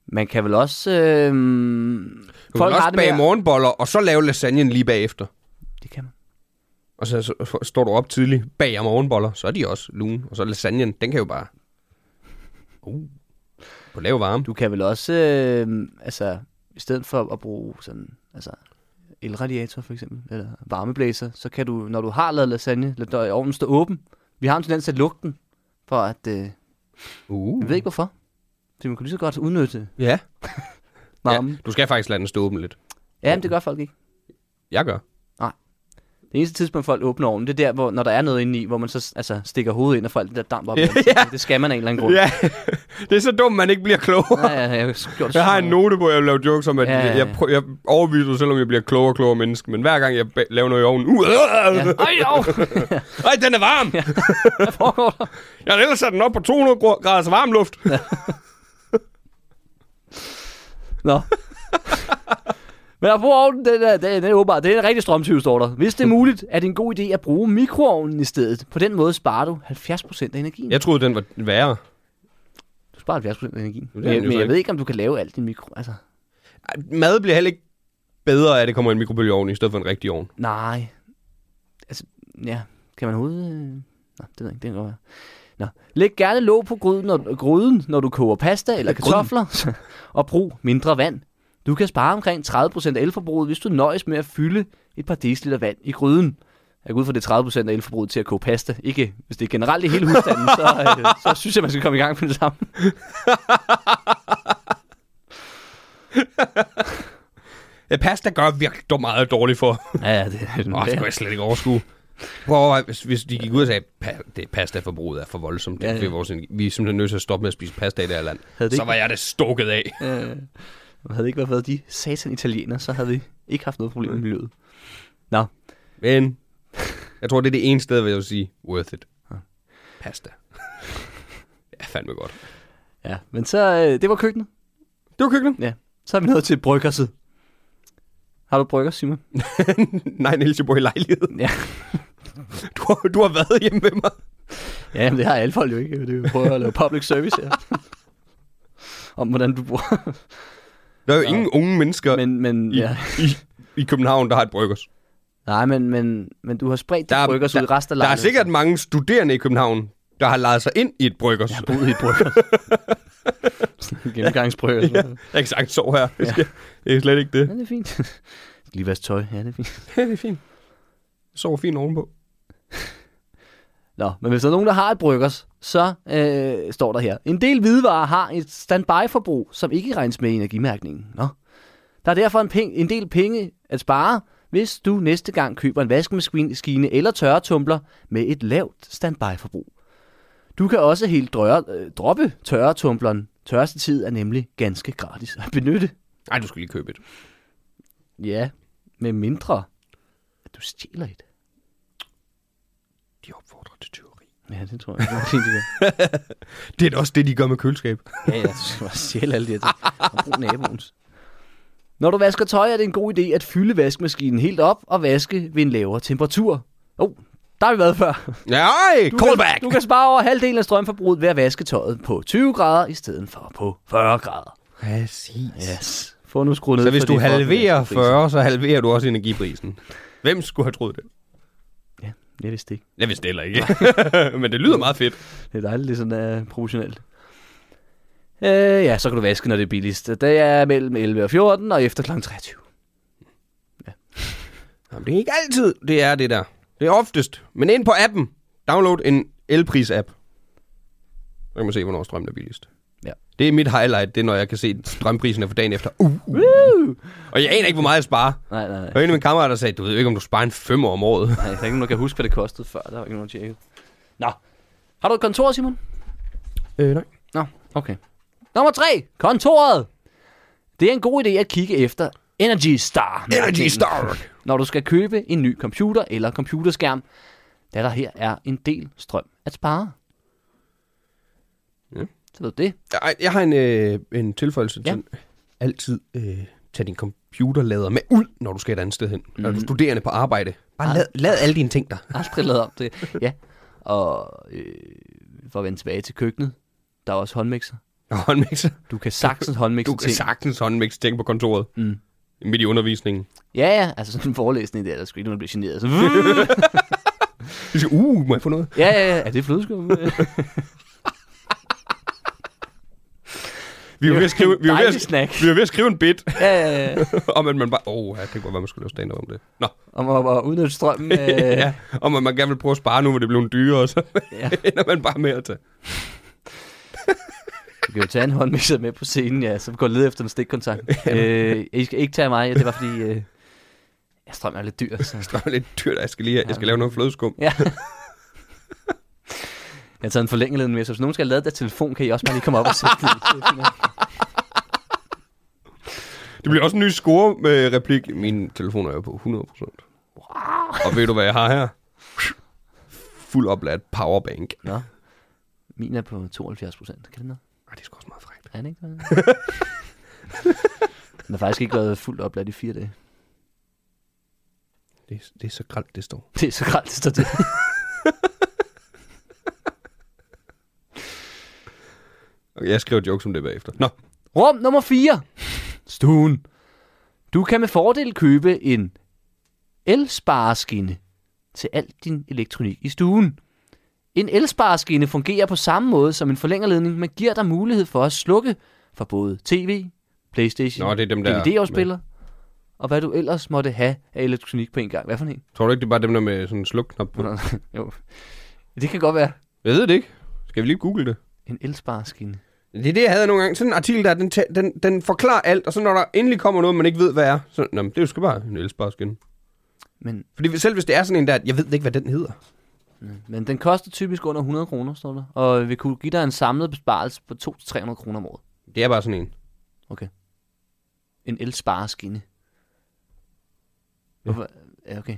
Man kan vel også... Øh,
Du Folk kan også bage
med-
morgenboller, og så lave lasagnen lige bagefter.
Det kan man.
Og så, så f- står du op tidligt, bager morgenboller, så er de også lune. Og så lasagnen, den kan jo bare... Uh, på lav varme. Du,
Du kan vel også... Øh, altså, i stedet for at bruge sådan, altså elradiator for eksempel, eller varmeblæser, så kan du, når du har lavet lasagne, lade ovnen stå åben. Vi har en tendens til at lukke den, for at, øh,
Uh.
jeg ved ikke hvorfor. Så man kan lige så godt udnytte
Ja.
varmen.
ja. Du skal faktisk lade den stå åben lidt.
Ja, men det gør folk ikke.
Jeg gør.
Det eneste tidspunkt, folk åbner ovnen, det er der, hvor, når der er noget inde i, hvor man så altså, stikker hovedet ind og får alt det der damp op. i
Ja.
ansigtet. Det skal man af en eller anden grund.
Ja, det er så dumt, man ikke bliver klogere.
Ja, ja, jeg, har gjort det
Jeg har
så
en
meget.
note på, at jeg laver jokes om, at
Ja,
ja,
ja, ja.
jeg, prøver, jeg overbeviser, mig selv, om jeg bliver klogere og klogere menneske. Men hver gang jeg ba- laver noget i ovnen, uh,
Ja.
ja.
Ej, jo,
Ej, den er varm! Ja.
hvad foregår der?
Jeg har ellers sat den op på 200 gr- graders varm luft.
Nå. Men at bruge ovnen, den er, den, er, den er åbenbart, det er en rigtig strømtyv, står der. Hvis det er muligt, er det en god idé at bruge mikroovnen i stedet. På den måde sparer du 70% af energien.
Jeg troede, den var værre.
Du sparer 70% af energien.
er
Men,
den jo
jeg,
så
men jeg
ikke.
ved ikke, om du kan lave alt i mikro... Altså,
Ej, Mad bliver heller ikke bedre af, at det kommer i en mikrobølgeovn i stedet for en rigtig ovn.
nej. Altså, ja. Kan man overhovedet... Øh... Nå, det ved jeg ikke. Det kan godt være. Nå. Læg gerne låg på gryden når, gryden, når du koger pasta eller
Gryden.
kartofler, og brug mindre vand. Du kan spare omkring 30% af elforbruget, hvis du nøjes med at fylde et par deciliter vand i gryden. Jeg går ud fra det er 30% af elforbruget til at koge pasta. Ikke hvis det er generelt i hele husstanden, så, øh, så synes jeg, man skal komme i gang med det samme.
Ja, Øh, pasta gør virkelig meget dårligt for.
Ja, det er den
Åh, det kan jeg slet ikke overskue. Prøv at overveje, hvis, hvis de gik ud og sagde, at det pastaforbruget er for voldsomt.
Ja,
Ja,
ja.
ja. Vores, energi- vi er simpelthen nødt til at stoppe med at spise pasta i det her land.
Havde det
Så
ikke-
var jeg det stukket af.
Øh, havde det ikke været de satan italienere, så havde vi ikke haft noget problem med miljøet. Nå,
Men jeg tror, det er det ene sted, hvor jeg vil sige, worth it. Pasta. ja, fandme godt.
ja. Men så, øh, det var køkkenet.
Det var køkkenet.
Ja. Så er vi nået til bryggerset. Har du brygger, Simon?
Nej, Niels, jeg bor i lejlighed.
Ja.
Du har, du har været hjemme med mig.
ja, men det har alle folk jo ikke. Det er jo prøver at lave public service her. Om hvordan du bor.
Der er jo ingen unge mennesker
Men, men,
i,
ja.
i, i København, der har et bryggers.
Nej, men, men, men du har spredt dit
Der, er-
bryggers ud i resten af
der, der er
lejligheden.
sikkert mange studerende i København, der har lejet sig ind i et bryggers.
Jeg har boet i et brygger. Sådan en gennemgangsbrygger. Ja.
Jeg kan sagtens sove her. Ja. Jeg kan slet ikke det.
ja, det er fint. Jeg skal lige vaske tøj. Ja, det er fint.
Ja, det er fint. Jeg sover fint ovenpå.
Nå, men hvis der er nogen, der har et bryggers, så øh, står der her. En del hvidevarer har et standby-forbrug, som ikke regnes med i energimærkningen. Nå. Der er derfor en, penge, en del penge at spare, hvis du næste gang køber en vaskemaskine eller tørretumbler med et lavt standby-forbrug. Du kan også helt drøre, øh, droppe tørretumbleren. Tørreste tid er nemlig ganske gratis at benytte.
Nej, du skal lige købe et.
Ja, med mindre at du stjæler et.
De opfordrer til tyveri.
Ja, det tror jeg. Det er fint, det der.
Det er da også det, de gør med køleskab.
Ja, ja, du skal bare stjæle alle de her ting. Og brug naboens. Når du vasker tøj, er det en god idé at fylde vaskemaskinen helt op og vaske ved en lavere temperatur. Oh, der har vi været før.
Nej,
Du
callback!
Kan, du kan spare over halvdelen af strømforbruget ved at vaske tøjet på 20 grader i stedet for på 40 grader.
Præcis.
Yes. Få nu skruet ned
Så hvis
for
du
de fucking
halverer
vaskepriser.
40, så halverer du også energiprisen. Hvem skulle have troet det?
Ja, jeg vidste det ikke.
Jeg vidste det heller ikke. Men det lyder meget fedt.
Det er dejligt, det er sådan uh, proportionelt. Øh, ja, så kan du vaske, når det er billigst. Det er mellem 11 og 14, og efter kl. 23.
Jamen, det er ikke altid, det er det der. Det er oftest. Men ind på appen. Download en elpris-app. Så kan man se, hvornår strømmen er billigst.
Ja.
Det er mit highlight, det er, når jeg kan se strømprisen er for dagen efter. Uh, uh. Og jeg aner ikke, hvor meget jeg sparer.
Nej, nej, nej.
Og en af mine kammerater der sagde, du ved jo ikke, om du sparer en femmer om året.
Nej, der er ikke nogen, der kan huske, hvad det kostede før. Der var ikke nogen, der tjekket. Nå. Har du et kontor, Simon?
Øh, nej.
Nå, okay. Nummer tre. Kontoret. Det er en god idé at kigge efter Energy Star.
Energy Star.
Når du skal købe en ny computer eller computerskærm, da der her er en del strøm at spare.
Ja.
Så ved du det.
Jeg, jeg har en, øh, en tilføjelse
Ja.
til. Altid øh, tag din computerlader med ud, når du skal et andet sted hen. Mm. Når du er studerende på arbejde. Bare lad, lad alle dine ting der.
Aldrig lavet om det. Ja. Og øh, for at vende tilbage til køkkenet, der er også håndmixer.
Og håndmixer.
Du kan sagtens håndmixe
Du kan
ting.
sagtens håndmixe ting på kontoret.
Mm.
Midt i undervisningen.
Ja, ja, altså sådan en forelæsning der, der skulle ikke man blive generet. Så,
De siger, uh, må jeg få noget?
ja, ja, ja, er det flødeskum?
Vi var ved at skrive, vi var ved
Dejlig
at,
snack.
vi var ved at skrive en bit,
Ja, ja, ja.
om at man bare... Åh, oh, jeg tænkte, hvad man skulle lave stand-up om det. Nå,
Om at, at udnytte strømmen. Øh, ja.
ja. Om at man gerne vil prøve at spare nu, hvor det blev en dyre, og så
ja.
ender man bare med at tage.
Du kan jo tage en håndmixer med på scenen, ja, så går lede efter en stikkontakt. øh, I skal ikke tage mig, det var fordi, øh, jeg strømmer er lidt dyr. Så.
Det var lidt dyrt, og jeg skal lige jeg skal lave noget flødeskum.
Ja. Jeg har taget en forlængeleden med, så hvis nogen skal lade der telefon, kan I også bare lige komme op og sætte den. Det er fint nok.
Det bliver også en ny score med replik. Min telefon er jo på 100%. Wow. Og ved du, hvad jeg har her? Fuld opladt powerbank.
Nå. Min er på 72 procent. Kan det noget?
Ej, det er sgu også meget frækt.
Er det ikke noget? Den har faktisk ikke været fuldt opladt i fire dage.
Det, er- det er så gralt, det står.
Det er så gralt, det står til.
Okay, jeg skriver jokes om det bagefter. Nå,
Rum nummer 4. Stuen. Du kan med fordel købe en elspareskinne til al din elektronik i stuen. En elspareskinne fungerer på samme måde som en forlængerledning, men giver dig mulighed for at slukke for både tv, Playstation,
Nå, det er dem, der-
DVD-afspiller, og hvad du ellers måtte have af elektronik på en gang. Hvad for en?
tror du ikke, det er bare dem der med sådan en slukknap på?
jo. Det kan godt være
Jeg ved det ikke. Skal vi lige google det?
en elspareskinne.
Det er det, jeg havde nogle gange. Sådan en artikel der, den, ta- den, den forklarer alt, og så når der endelig kommer noget, man ikke ved, hvad er, så, nå, men det er jo sgu bare en elsparskin.
Men,
Fordi selv hvis det er sådan en der, jeg ved ikke, hvad den hedder.
men den koster typisk under 100 kroner, står der, og vil kunne give dig en samlet besparelse på 200-300 kroner om året.
Det er bare sådan en.
En elspareskinne. Hvorfor? Ja, okay.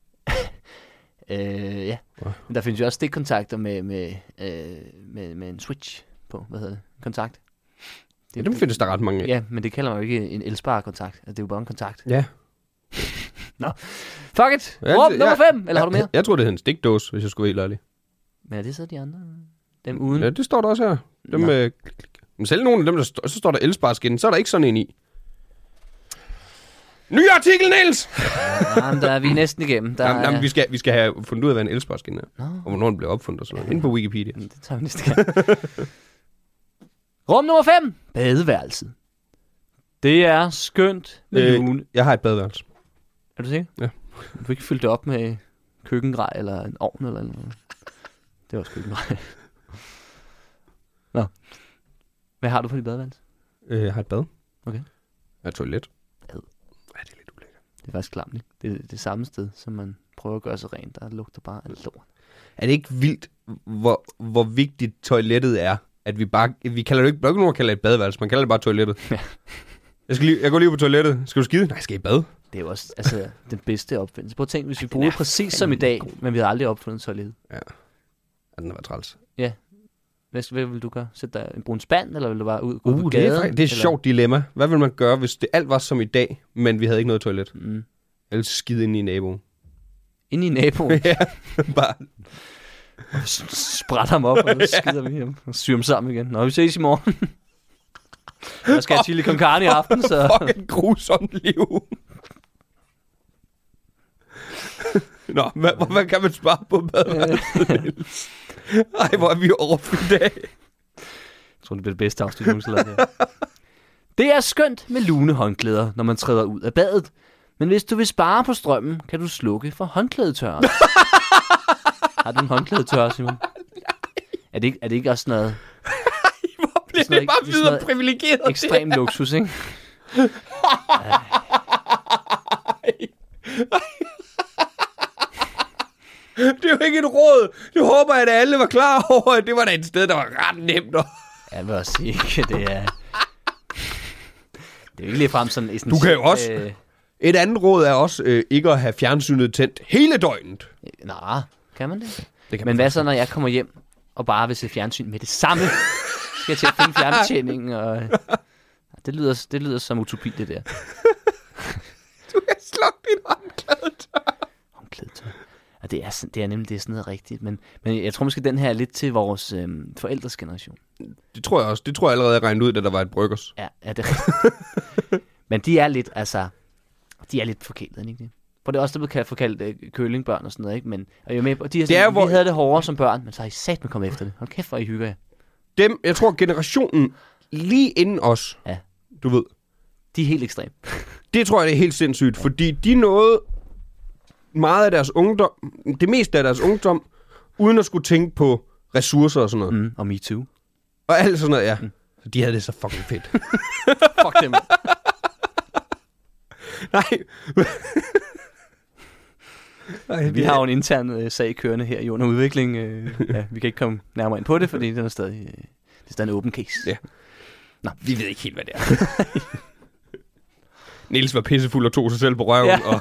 øh, ja.
Hva?
Men der findes jo også stikkontakter med, med, øh, med, med en switch på. Hvad hedder det? En kontakt.
Ja, dem findes der ret mange af.
Ja, men det kalder man jo ikke en elsparekontakt. Altså, det er jo bare en kontakt.
ja.
Fuck it!
Ja,
Råb
det-
nummer
ja.
5! Eller har du mere?
Jeg, jeg tror, det hedder en stikdåse, hvis jeg skulle være helt ærlig.
Men er det så de andre? Dem uden?
Ja, det står der også her. Dem,
Mm. Nå.
øh, klik, klik. men selv nogle af dem, der står, så står der elsparskin, så er der ikke sådan en i. Ny artikel, Niels!
Jamen, der er vi næsten igennem. Der
Jamen,
er...
jamen, vi, skal, vi skal have fundet ud af, hvad en elsparskin er.
Nå.
Og hvornår den blev opfundet og sådan noget. Inde på Wikipedia.
Men Det tager vi næste gang. Rum nummer 5. Badeværelset. Det er skønt med øh. lune.
jeg har et badeværelse.
Er du sikker?
Ja.
Du kan ikke fylde det op med køkkengrej eller en ovn eller noget. Det var også køkkengrej. Nå. Hvad har du på dit badeværelse?
Øh, jeg har et bad.
Okay.
Jeg har et toilet.
Ad.
Ja, det er lidt ulækkert.
Det er faktisk klamt, ikke? Det er det samme sted, som man prøver at gøre sig rent. Der lugter bare alt lort.
Er det ikke vildt, hvor, hvor vigtigt toilettet er? At vi bare... Vi kalder det ikke... Der er ikke nogen, der kalder det et badeværelse. Man kalder det bare toilettet.
Ja.
Jeg, skal lige, jeg går lige på toilettet. Skal du skide? Nej, jeg skal i bad.
Det er jo også altså, den bedste opfindelse. Prøv at tænke, hvis vi boede præcis som i dag, men vi havde aldrig opfundet toilettet.
Ja, den var træls.
Hvad, hvad vil du gøre? Sætte dig brun spand, eller vil du bare ud, gå ud
Uh,
på
det,
gaden?
er, faktisk- det er et
eller?
sjovt dilemma. Hvad vil man gøre, hvis det alt var som i dag, men vi havde ikke noget toilet?
Mm.
Eller skide ind i naboen.
Ind i naboen,
ja, bare...
s- sprætter ham op, og så skider vi ham og syr ham sammen igen. Nå, vi ses i morgen. Jeg skal have chili con carne i aften, så...
Fucking grusomt liv. Nå, hvad, hvor, hvad kan man spare på badeværelset, Niels? Ej, hvor er vi overfyldt i dag.
Jeg tror, det bliver det bedste afsnit, jeg nogensinde har lavet, det her. Det er skønt med lune håndklæder, når man træder ud af badet. Men hvis du vil spare på strømmen, kan du slukke for håndklædetørren. Har du en håndklædetørrer, Simon? Er det, ikke, er det ikke også sådan noget
Hvor bliver
noget
det bare
ikke- det er sådan
videre
noget
privilegeret?
ekstrem luksus, ikke?
Det er jo ikke et råd. Det håber jeg, at alle var klar over, at det var da et sted, der var ret nemt. at-
Jeg vil også sige, ikke, det er... Det er jo ikke ligefrem sådan... Essentielt,
Du kan jo også-
Øh,
Et andet råd er også øh, ikke at have fjernsynet tændt hele døgnet.
nej, kan man det?
Det kan
Men
man
hvad så, når jeg kommer hjem og bare vil se fjernsyn med det samme? Skal jeg til at finde fjernbetjeningen og... Det lyder, det lyder som utopi, det der.
Du kan slukke dit håndklæde tør.
Håndklædetøj. Og det er, sådan, det er nemlig det er sådan noget rigtigt. Men, men jeg tror måske, den her er lidt til vores øhm, forældres generation.
Det tror jeg også. Det tror jeg allerede, jeg regnede ud, da der var et bryggers.
Ja, er det rigtigt? Men de er lidt, altså... De er lidt forkælet, ikke det? For det er også, der bliver forkaldt øh, kølingbørn og sådan noget, ikke? Men, og jeg er med, og de er sådan, det er,
er,
hvor...
hvor-
vi havde det hårdere som børn, men så har I sat med kommet efter det. Hold kæft, hvor I hygger jer.
Dem, jeg tror, generationen lige inden os.
Ja.
Du ved.
De er helt ekstreme.
Det tror jeg, det er helt sindssygt, fordi de nåede meget af deres ungdom, det meste af deres ungdom, uden at skulle tænke på ressourcer og sådan noget. Mm.
Mm, og me too.
Og alt sådan noget, ja. Mm. Så de havde det så fucking fedt.
Fuck dem.
Nej. Nej,
Vi har jo en intern øh, sag kørende her i under udvikling. Øh, ja, vi kan ikke komme nærmere ind på det, fordi den er stadig, øh, det er stadig en åben case.
Ja. Vi ved ikke helt, hvad det er. Niels var pissefuld og tog sig selv på røven. Ja.
Ja.
Og,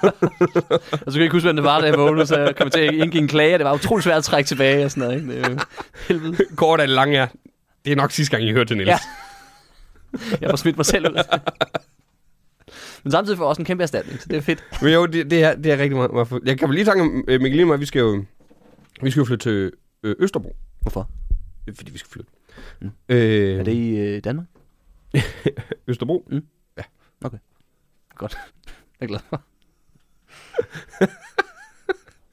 Og så kan jeg ikke huske, hvem det var, da jeg vågnede, så jeg kom til at indgive en klage, og det var utrolig svært at trække tilbage og sådan noget. Ikke? Det, er jo- helvede.
kort af det lange er, det er nok sidste gang, I hørte til Niels.
Ja. Jeg får smidt mig selv ud. Men samtidig får jeg også en kæmpe erstatning, så det er fedt.
Men jo, det, det, er, det er rigtig meget, meget fedt. Jeg kan vel lige tanke om, øh, Mikkel Lille og mig, vi skal jo, vi skal jo flytte til øh, Østerbro,
Hvorfor?
øh, fordi vi skal flytte. Mm. Øh,
Er det i øh, Danmark?
Østerbro?
Mm. Godt. Jeg er glad for. Det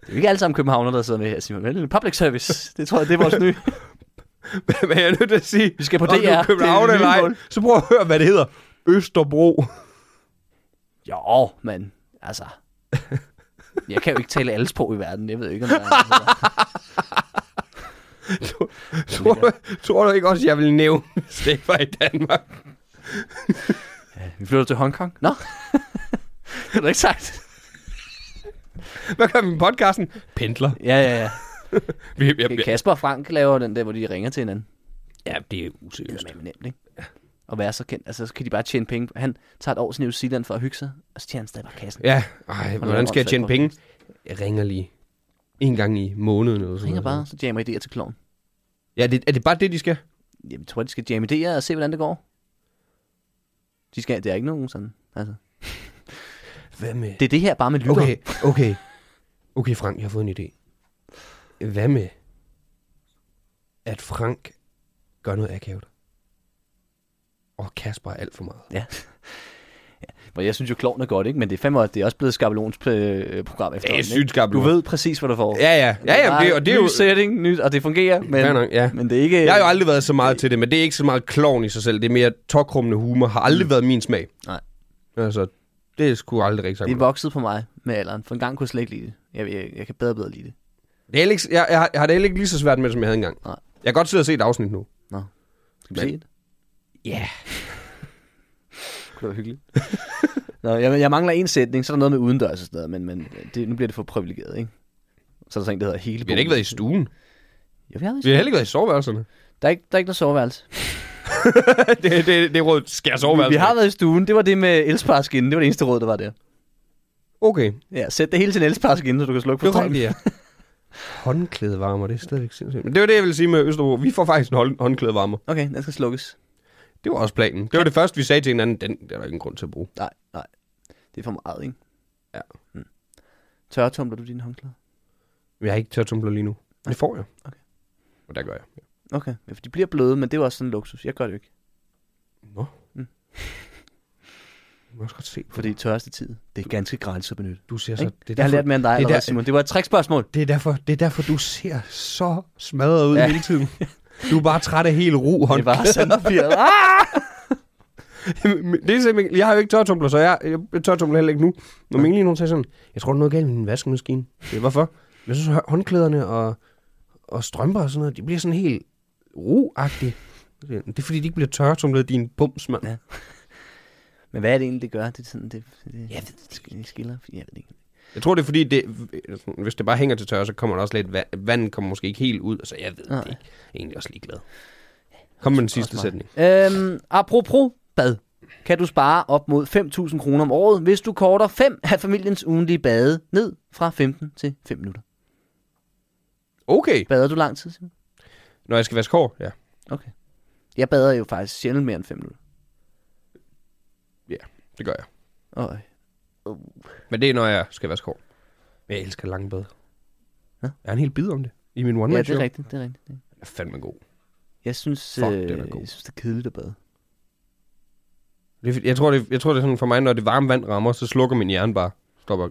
er jo ikke alle sammen københavner, der sidder med her, Simon. Men det er public service. Det tror jeg, det er vores nye.
hvad er jeg nødt til at sige?
Vi skal på
Om du
DR.
er København
Det er
eller ej,
lynhul.
så prøv at høre, hvad det hedder. Østerbro.
Jo, men altså... Jeg kan jo ikke tale alle sprog i verden. Jeg ved jo ikke, om der er noget.
tror, du, tror du ikke også, jeg vil nævne, hvis det ikke var i Danmark?
Vi flytter til Hongkong. Nå. det er da ikke sagt.
Hvad gør vi med podcasten? Pendler.
Ja, ja, ja.
Vi, jeg, jeg,
Kasper og Frank laver den der, hvor de ringer til hinanden.
ja, det er
Det
useriøst.
er med nemt, ikke? Og være så kendt. Altså, så kan de bare tjene penge. Han tager et år til New Zealand for at hygge sig, og så tjener han stadig bare kassen.
Ja, Ej, hvordan skal jeg tjene penge? Jeg ringer lige en gang i måneden eller sådan
Ringer
noget.
bare, så jammer idéer til kloven.
Ja, det, er det bare det, de skal?
Jamen, jeg tror, de skal jamme idéer og se, hvordan det går. De skal, det er ikke nogen sådan. Altså.
Hvad med...
Det er det her bare med lytter.
Okay, okay. Okay, Frank, jeg har fået en idé. Hvad med, at Frank gør noget akavet? Og Kasper er alt for meget.
Ja. Ja, Hvor jeg synes jo, kloven er godt, ikke? Men det er fandme, det er også blevet skabelons øh, program efter.
sygt skabelon.
Du ved præcis, hvad du får.
Ja, ja. Ja, ja, men det, og det er jo...
Ny setting, nyt, og det fungerer,
Fair
men,
nok, ja.
men det er ikke...
Jeg har jo aldrig været så meget til det, men det er ikke så meget klovn i sig selv. Det er mere tokrummende humor. Har aldrig været min smag.
Mm. Nej.
Altså, det skulle aldrig rigtig sagt.
Det er vokset på mig med alderen. For en gang kunne jeg slet ikke lide det. Jeg, jeg, jeg kan bedre og bedre lide det.
Det er heller ikke, jeg, jeg, har, jeg har det heller ikke lige så svært med, det, som jeg havde engang.
Nej.
Jeg kan godt sidde og se et afsnit nu.
Nå, skal vi
Men-
se det? Ja. Yeah. det var hyggeligt. Nå, jeg, jeg mangler en sætning, så er der noget med udendørs og sådan noget, men, men det, nu bliver det for privilegeret, ikke? Så er der sådan en, der hedder hele
Vi har da ikke været i stuen.
Jo, vi har været
Vi
i
har heller ikke været i soveværelserne.
der, er ikke, der er ikke noget soveværelse.
det, det, det råd skærer soveværelserne.
Vi har været i stuen. Det var det med elsparskin. Det var det eneste råd, der var der.
Okay,
Ja, sæt det hele til en elsparskin, så du kan slukke for
det er
strømmen.
rigtigt, ja. Håndklædevarmer, det er stadigvæk sindssygt. Men det var det, jeg ville sige med Østerbro. Vi får faktisk en hånd, håndklædevarmer.
Okay, den skal slukkes.
Det var også planen. Det var det første, vi sagde til hinanden. Den der er der ingen grund til at bruge.
Nej, nej. Det er for meget, ikke?
Ja.
Mm. Tørretumler du dine håndklæder?
Men jeg har ikke tørretumbler lige nu. Det får jeg.
Okay.
Og der gør jeg.
Okay, ja, for de bliver bløde, men det er jo også sådan en luksus. Jeg gør det jo ikke,
Nå.
Mm.
Du må også godt se på
fordi tørreste tid, det er ganske gratis at benytte.
Du ser så...
Altså,
Det er
jeg har lært mere end dig
det er
allerede,
der-
Simon. Det var et trickspørgsmål.
Det er, derfor, det er derfor, du ser så smadret ud
Ja.
ja. hele tiden. Du er bare træt af helt ro hånd.
Det var sandpapir. Ah!
det er simpelthen, jeg har jo ikke tørretumbler, så jeg, jeg tørretumbler heller ikke nu. Når min lige nogen sagde sådan, jeg tror, der er noget galt med din vaskemaskine. Det er, hvorfor? Jeg synes, at håndklæderne og, og strømper og sådan noget, de bliver sådan helt roagtige. Det er fordi, de ikke bliver tørretumlet, din bums, mand.
Ja. Men hvad er det egentlig, det gør? Det er sådan, det, det, jeg ved det ikke. skiller. Jeg ved det ikke.
Jeg tror, det er fordi, det, hvis det bare hænger til tørre, så kommer der også lidt vand. Vand kommer måske ikke helt ud, så jeg ved
Nej.
det ikke. Jeg er egentlig også ligeglad. Kom med den sidste
Også mig.
sætning.
Øhm, apropos bad, kan du spare op mod 5.000 kroner om året, hvis du korter 5 af familiens ugenlige bade ned fra 15 til 5 minutter.
Okay.
Bader du lang tid, Simon?
Når jeg skal vaske hår, ja.
Okay. Jeg bader jo faktisk sjældent mere end 5 minutter.
Det gør jeg.
Øj.
Men det er, når jeg skal vaske hår. Men jeg elsker lange bade.
Nå.
Jeg er en hel bid om det. I min one
Ja,
ja,
det
show.
er
Det
rigtigt, det er rigtigt. det er-
er fandme god.
Jeg synes,
Fuck,
øh,
den er god.
jeg synes, det er kedeligt at bade.
Det er, fordi- jeg, tror, det, jeg tror, det er sådan for mig, når det varme vand rammer, så slukker min hjerne bare. Stopper.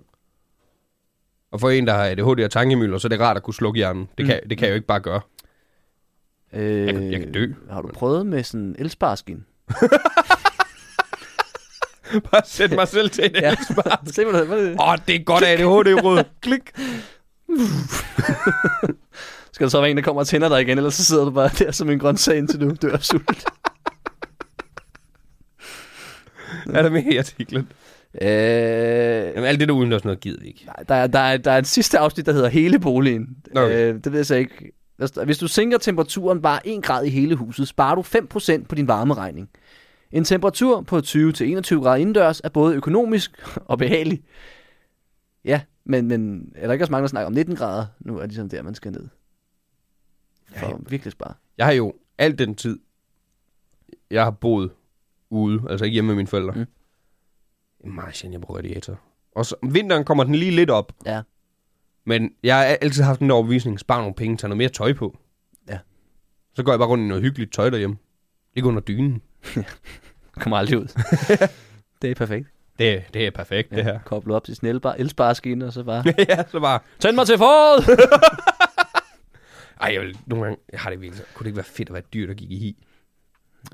Og for en, der har ADHD og tankemøller, så er det rart at kunne slukke hjernen. Det
Mm.
kan, det kan jeg jo ikke bare gøre.
Øh,
kan- jeg kan dø.
Har du prøvet med sådan en elsparskin?
Bare sæt mig selv til det.
Ja.
Ja.
Ah, Se, hvad det, hvad det
Åh, oh, det er godt ADHD-råd. Klik.
Skal der så være en, der kommer og tænder dig igen, ellers så sidder du bare der som en grøntsag, indtil du dør af sult.
Er der mere i artiklen?
øh,
Jamen, alt det der udendørs noget gider vi ikke.
Nej, der, er- der, er, der er et sidste afsnit, der hedder Hele boligen.
Okay.
Øh, det ved jeg så ikke. Der står, Hvis du sænker temperaturen bare 1 grad i hele huset, sparer du 5% på din varmeregning. En temperatur på 20-21 grader indendørs er både økonomisk og behagelig. Ja, men, men er der ikke også mange, der snakker om 19 grader? Nu er det ligesom der, man skal ned. For ja, virkelig spare.
Jeg har jo al den tid, jeg har boet ude, altså ikke hjemme med mine forældre.
Mm.
Mm. Meget sjældent, jeg bruger radiator. Og så, om vinteren kommer den lige lidt op.
Ja.
Men jeg har altid haft den der overbevisning, spar nogle penge, tag noget mere tøj på.
Ja.
Så går jeg bare rundt i noget hyggeligt tøj derhjemme. Ikke under dynen.
Kommer aldrig ud. det er perfekt.
Det, det er perfekt, ja. det her.
Koblet op til sin elbar, elspareskine, og så bare...
ja, så bare...
Tænd mig til foråret!
Ej, jeg vil, nogle gange jeg har det virkelig. så- Kunne det ikke være fedt at være dyr, der gik i hi?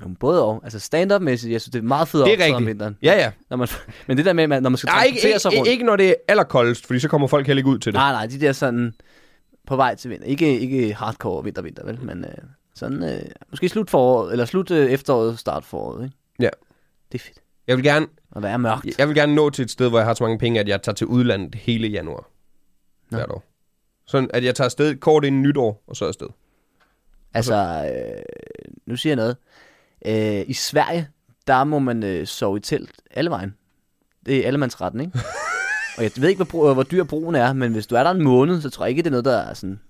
Jamen, Både og. Altså stand-up-mæssigt, jeg synes, det er meget fedt
Det er
optræde om
rigtigt.
vinteren.
Ja, ja.
Når man, men det der med, at når man skal
Nej, ikke,
transportere sig rundt.
ikke, ikke, når det er allerkoldest, fordi så kommer folk heller ikke ud til det.
nej, nej, de der sådan på vej til vinter. Ikke, ikke hardcore vinter-vinter, vel? Men øh, sådan, øh, måske slut foråret, eller slut øh, efteråret, start foråret, ikke?
Ja.
Det er fedt.
Jeg vil gerne
Og der er mørkt.
Jeg vil gerne nå til et sted, hvor jeg har så mange penge, at jeg tager til udlandet hele januar. Nå.
Nå.
Hvert år. Sådan, at jeg tager afsted kort inden nytår, og så afsted.
Altså, øh, nu siger jeg noget. Øh, I Sverige, der må man øh, sove i telt alle vejen. Det er allemandsretten, ikke? Og jeg ved ikke, hvor, bro- hvor dyr broen er, men hvis du er der en måned, så tror jeg ikke, det er noget, der er sådan,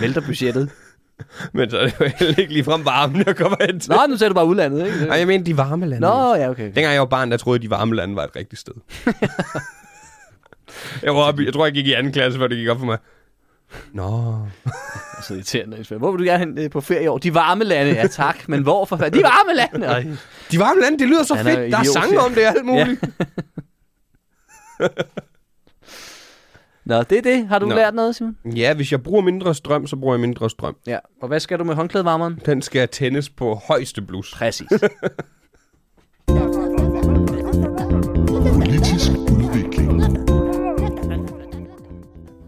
vælter budgettet.
Men så er det jo heller ikke ligefrem varmen, jeg kommer hen til.
Nå, nu ser du bare udlandet, ikke?
Nej, jeg mener de varme lande.
Nå, ja, okay.
Dengang jeg var barn, der troede jeg, de varme lande var et rigtigt sted. jeg, var oppe, i- jeg tror, jeg gik i anden klasse, før det gik op for mig. Nå.
Så irriterende. Svend. Hvor vil du gerne hen øh, på ferie i år? De varme lande. Ja, tak. Men hvor for fanden? De varme lande! Ej.
De varme lande, det lyder så
Han er
fedt. Der er
idiot,
sange
ja.
om det og alt muligt.
Nå, det er det. Har du Nå.
Nå.
lært noget, Simon?
Ja. ja, hvis jeg bruger mindre strøm, så bruger jeg mindre strøm.
Ja. Og hvad skal du med håndklædevarmeren?
Den skal tændes på højeste blus.
Præcis.
Politisk udvikling.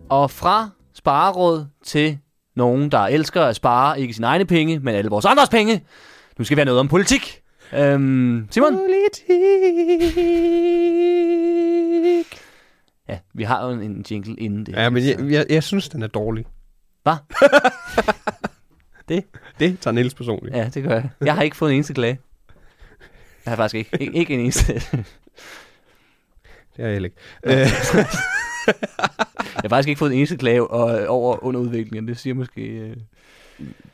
Og fra spareråd til nogen, der elsker at spare ikke sine egne penge, men alle vores andres penge. Nu skal vi have noget om politik. Øhm, Simon? Politik. Ja, vi har jo en- en jingle inden det.
Ja, men jeg, jeg, jeg synes, den er dårlig.
Hvad?
Det tager Niels personligt. Ja.
Ja, det gør jeg. Jeg har ikke fået en eneste klage. Jeg har faktisk ikke. Ikke, ikke en eneste.
Det er jeg heller ikke. Øh,
Jeg har faktisk ikke fået en eneste klage og, over under udviklingen. Det siger måske... Øh...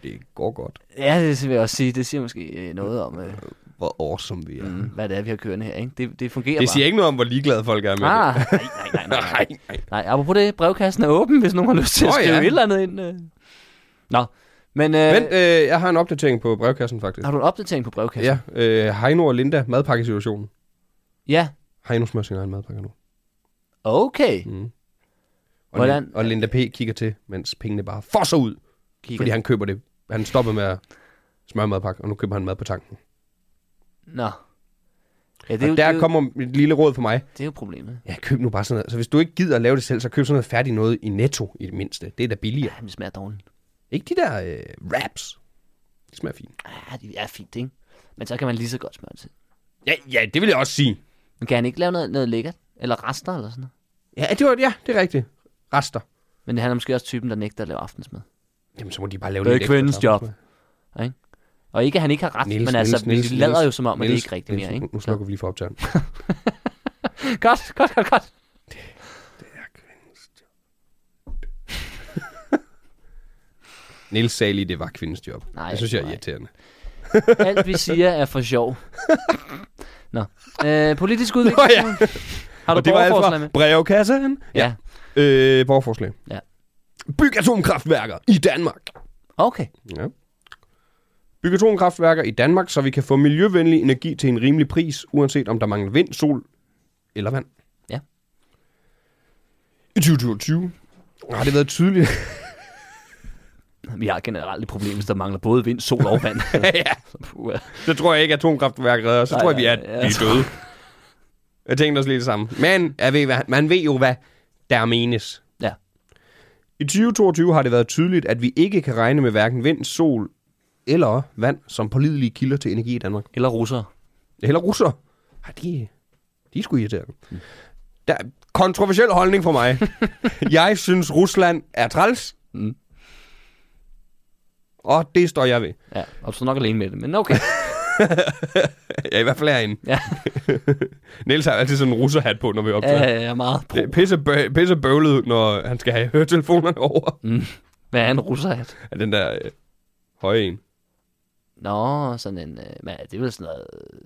det går godt.
Ja, det vil jeg også sige. Det siger måske øh, noget om, øh,
Hvor awesome vi er.
mm, hvad det er, vi har kørende her. Ikke? Det, det fungerer
Det siger
bare.
ikke noget om, hvor ligeglade folk er med
Ah,
det.
nej, nej, nej, nej, nej.
Nej, nej.
Nej, apropos det, brevkassen er åben, hvis nogen har lyst til at
Nå, ja.
skrive et eller andet ind. Øh. Nå, men, øh,
Vent, øh, jeg har en opdatering på brevkassen faktisk.
har du en opdatering på brevkassen?
Ja, øh, Heino og Linda, madpakkesituationen.
Ja,
Heino smører sin egen madpakke nu.
okay.
Mm. Og,
Hvordan-
Lin- og Linda P. kigger til, mens pengene bare fosser ud,
Kigger.
fordi han køber det. Han stopper med at smøre madpakke, og nu køber han mad på tanken.
Nå. Ja, det er,
Det
jo,
og
det, er
der
jo,
kommer et lille råd for mig.
det er jo problemet.
Ja, køb nu bare sådan noget. Så hvis du ikke gider at lave det selv, så køb sådan noget færdigt noget i Netto i det mindste. Det er da billigere.
Ja, det smager dårligt.
Ikke de der øh, wraps. De smager fint.
Ja, Ah, det er fint, ikke? Men så kan man lige så godt smøre det til.
Ja, ja, det vil jeg også sige.
Men kan han ikke lave noget, noget lækkert? Eller rester eller sådan noget?
Ja, det, var, ja, det er rigtigt. Rester.
Men han er måske også typen, der nægter at lave aftensmad.
Jamen, så må de bare lave
Det er
lidt
ikke kvindens
ekstra
job.
sammen.
Og ikke, at han ikke har ret, Niels, men altså, Niels, vi lader jo som om, at det ikke er rigtigt
Niels,
mere, ikke?
nu- Nu slukker vi lige for optageren.
Godt, godt, godt, godt.
Niels sagde lige, det var kvindens job.
Nej,
Nej, det synes jeg er
nej.
irriterende.
Alt, vi siger, er for sjov. Nå. Øh, politisk udvikling.
Nå ja.
Har du
det var alt
borgerforslag med?
fra brevkassen.
Ja.
Øh, borgerforslag.
Ja.
Byg atomkraftværker i Danmark.
Okay.
Ja. Byg atomkraftværker i Danmark, så vi kan få miljøvenlig energi til en rimelig pris, uanset om der mangler vind, sol eller vand.
Ja.
I 2022 har det været tydeligt,
Vi har generelt et problem, hvis der mangler både vind, sol og vand.
ja.
Så, puha.
Så tror jeg ikke, at atomkraftværk redder os. Så
Nej,
tror jeg, vi er,
nej, ja.
vi er døde. Jeg tænkte også lige det samme. Men jeg ved, hvad, man ved jo, hvad der menes.
Ja.
I 2022 har det været tydeligt, at vi ikke kan regne med hverken vind, sol eller vand som pålidelige kilder til energi i Danmark.
Eller russere.
Eller russer. Ja, de, de er sgu irriterende. Der, kontroversiel holdning for mig. jeg synes, Rusland er træls.
Mm.
Og det står jeg ved.
Ja, og så nok alene med det, men okay.
Ja, i hvert fald herinde.
Ja.
Niels har altid sådan en russerhat på, når vi
Ja,
optager.
ja, ja, meget.
Det er pisse, bø- pisse bøvlet, når han skal have høretelefonerne over.
Hvad er en russerhat?
Ja, den der øh, høje en.
Nå, sådan en... Øh, hvad, er det er vel sådan noget... øh,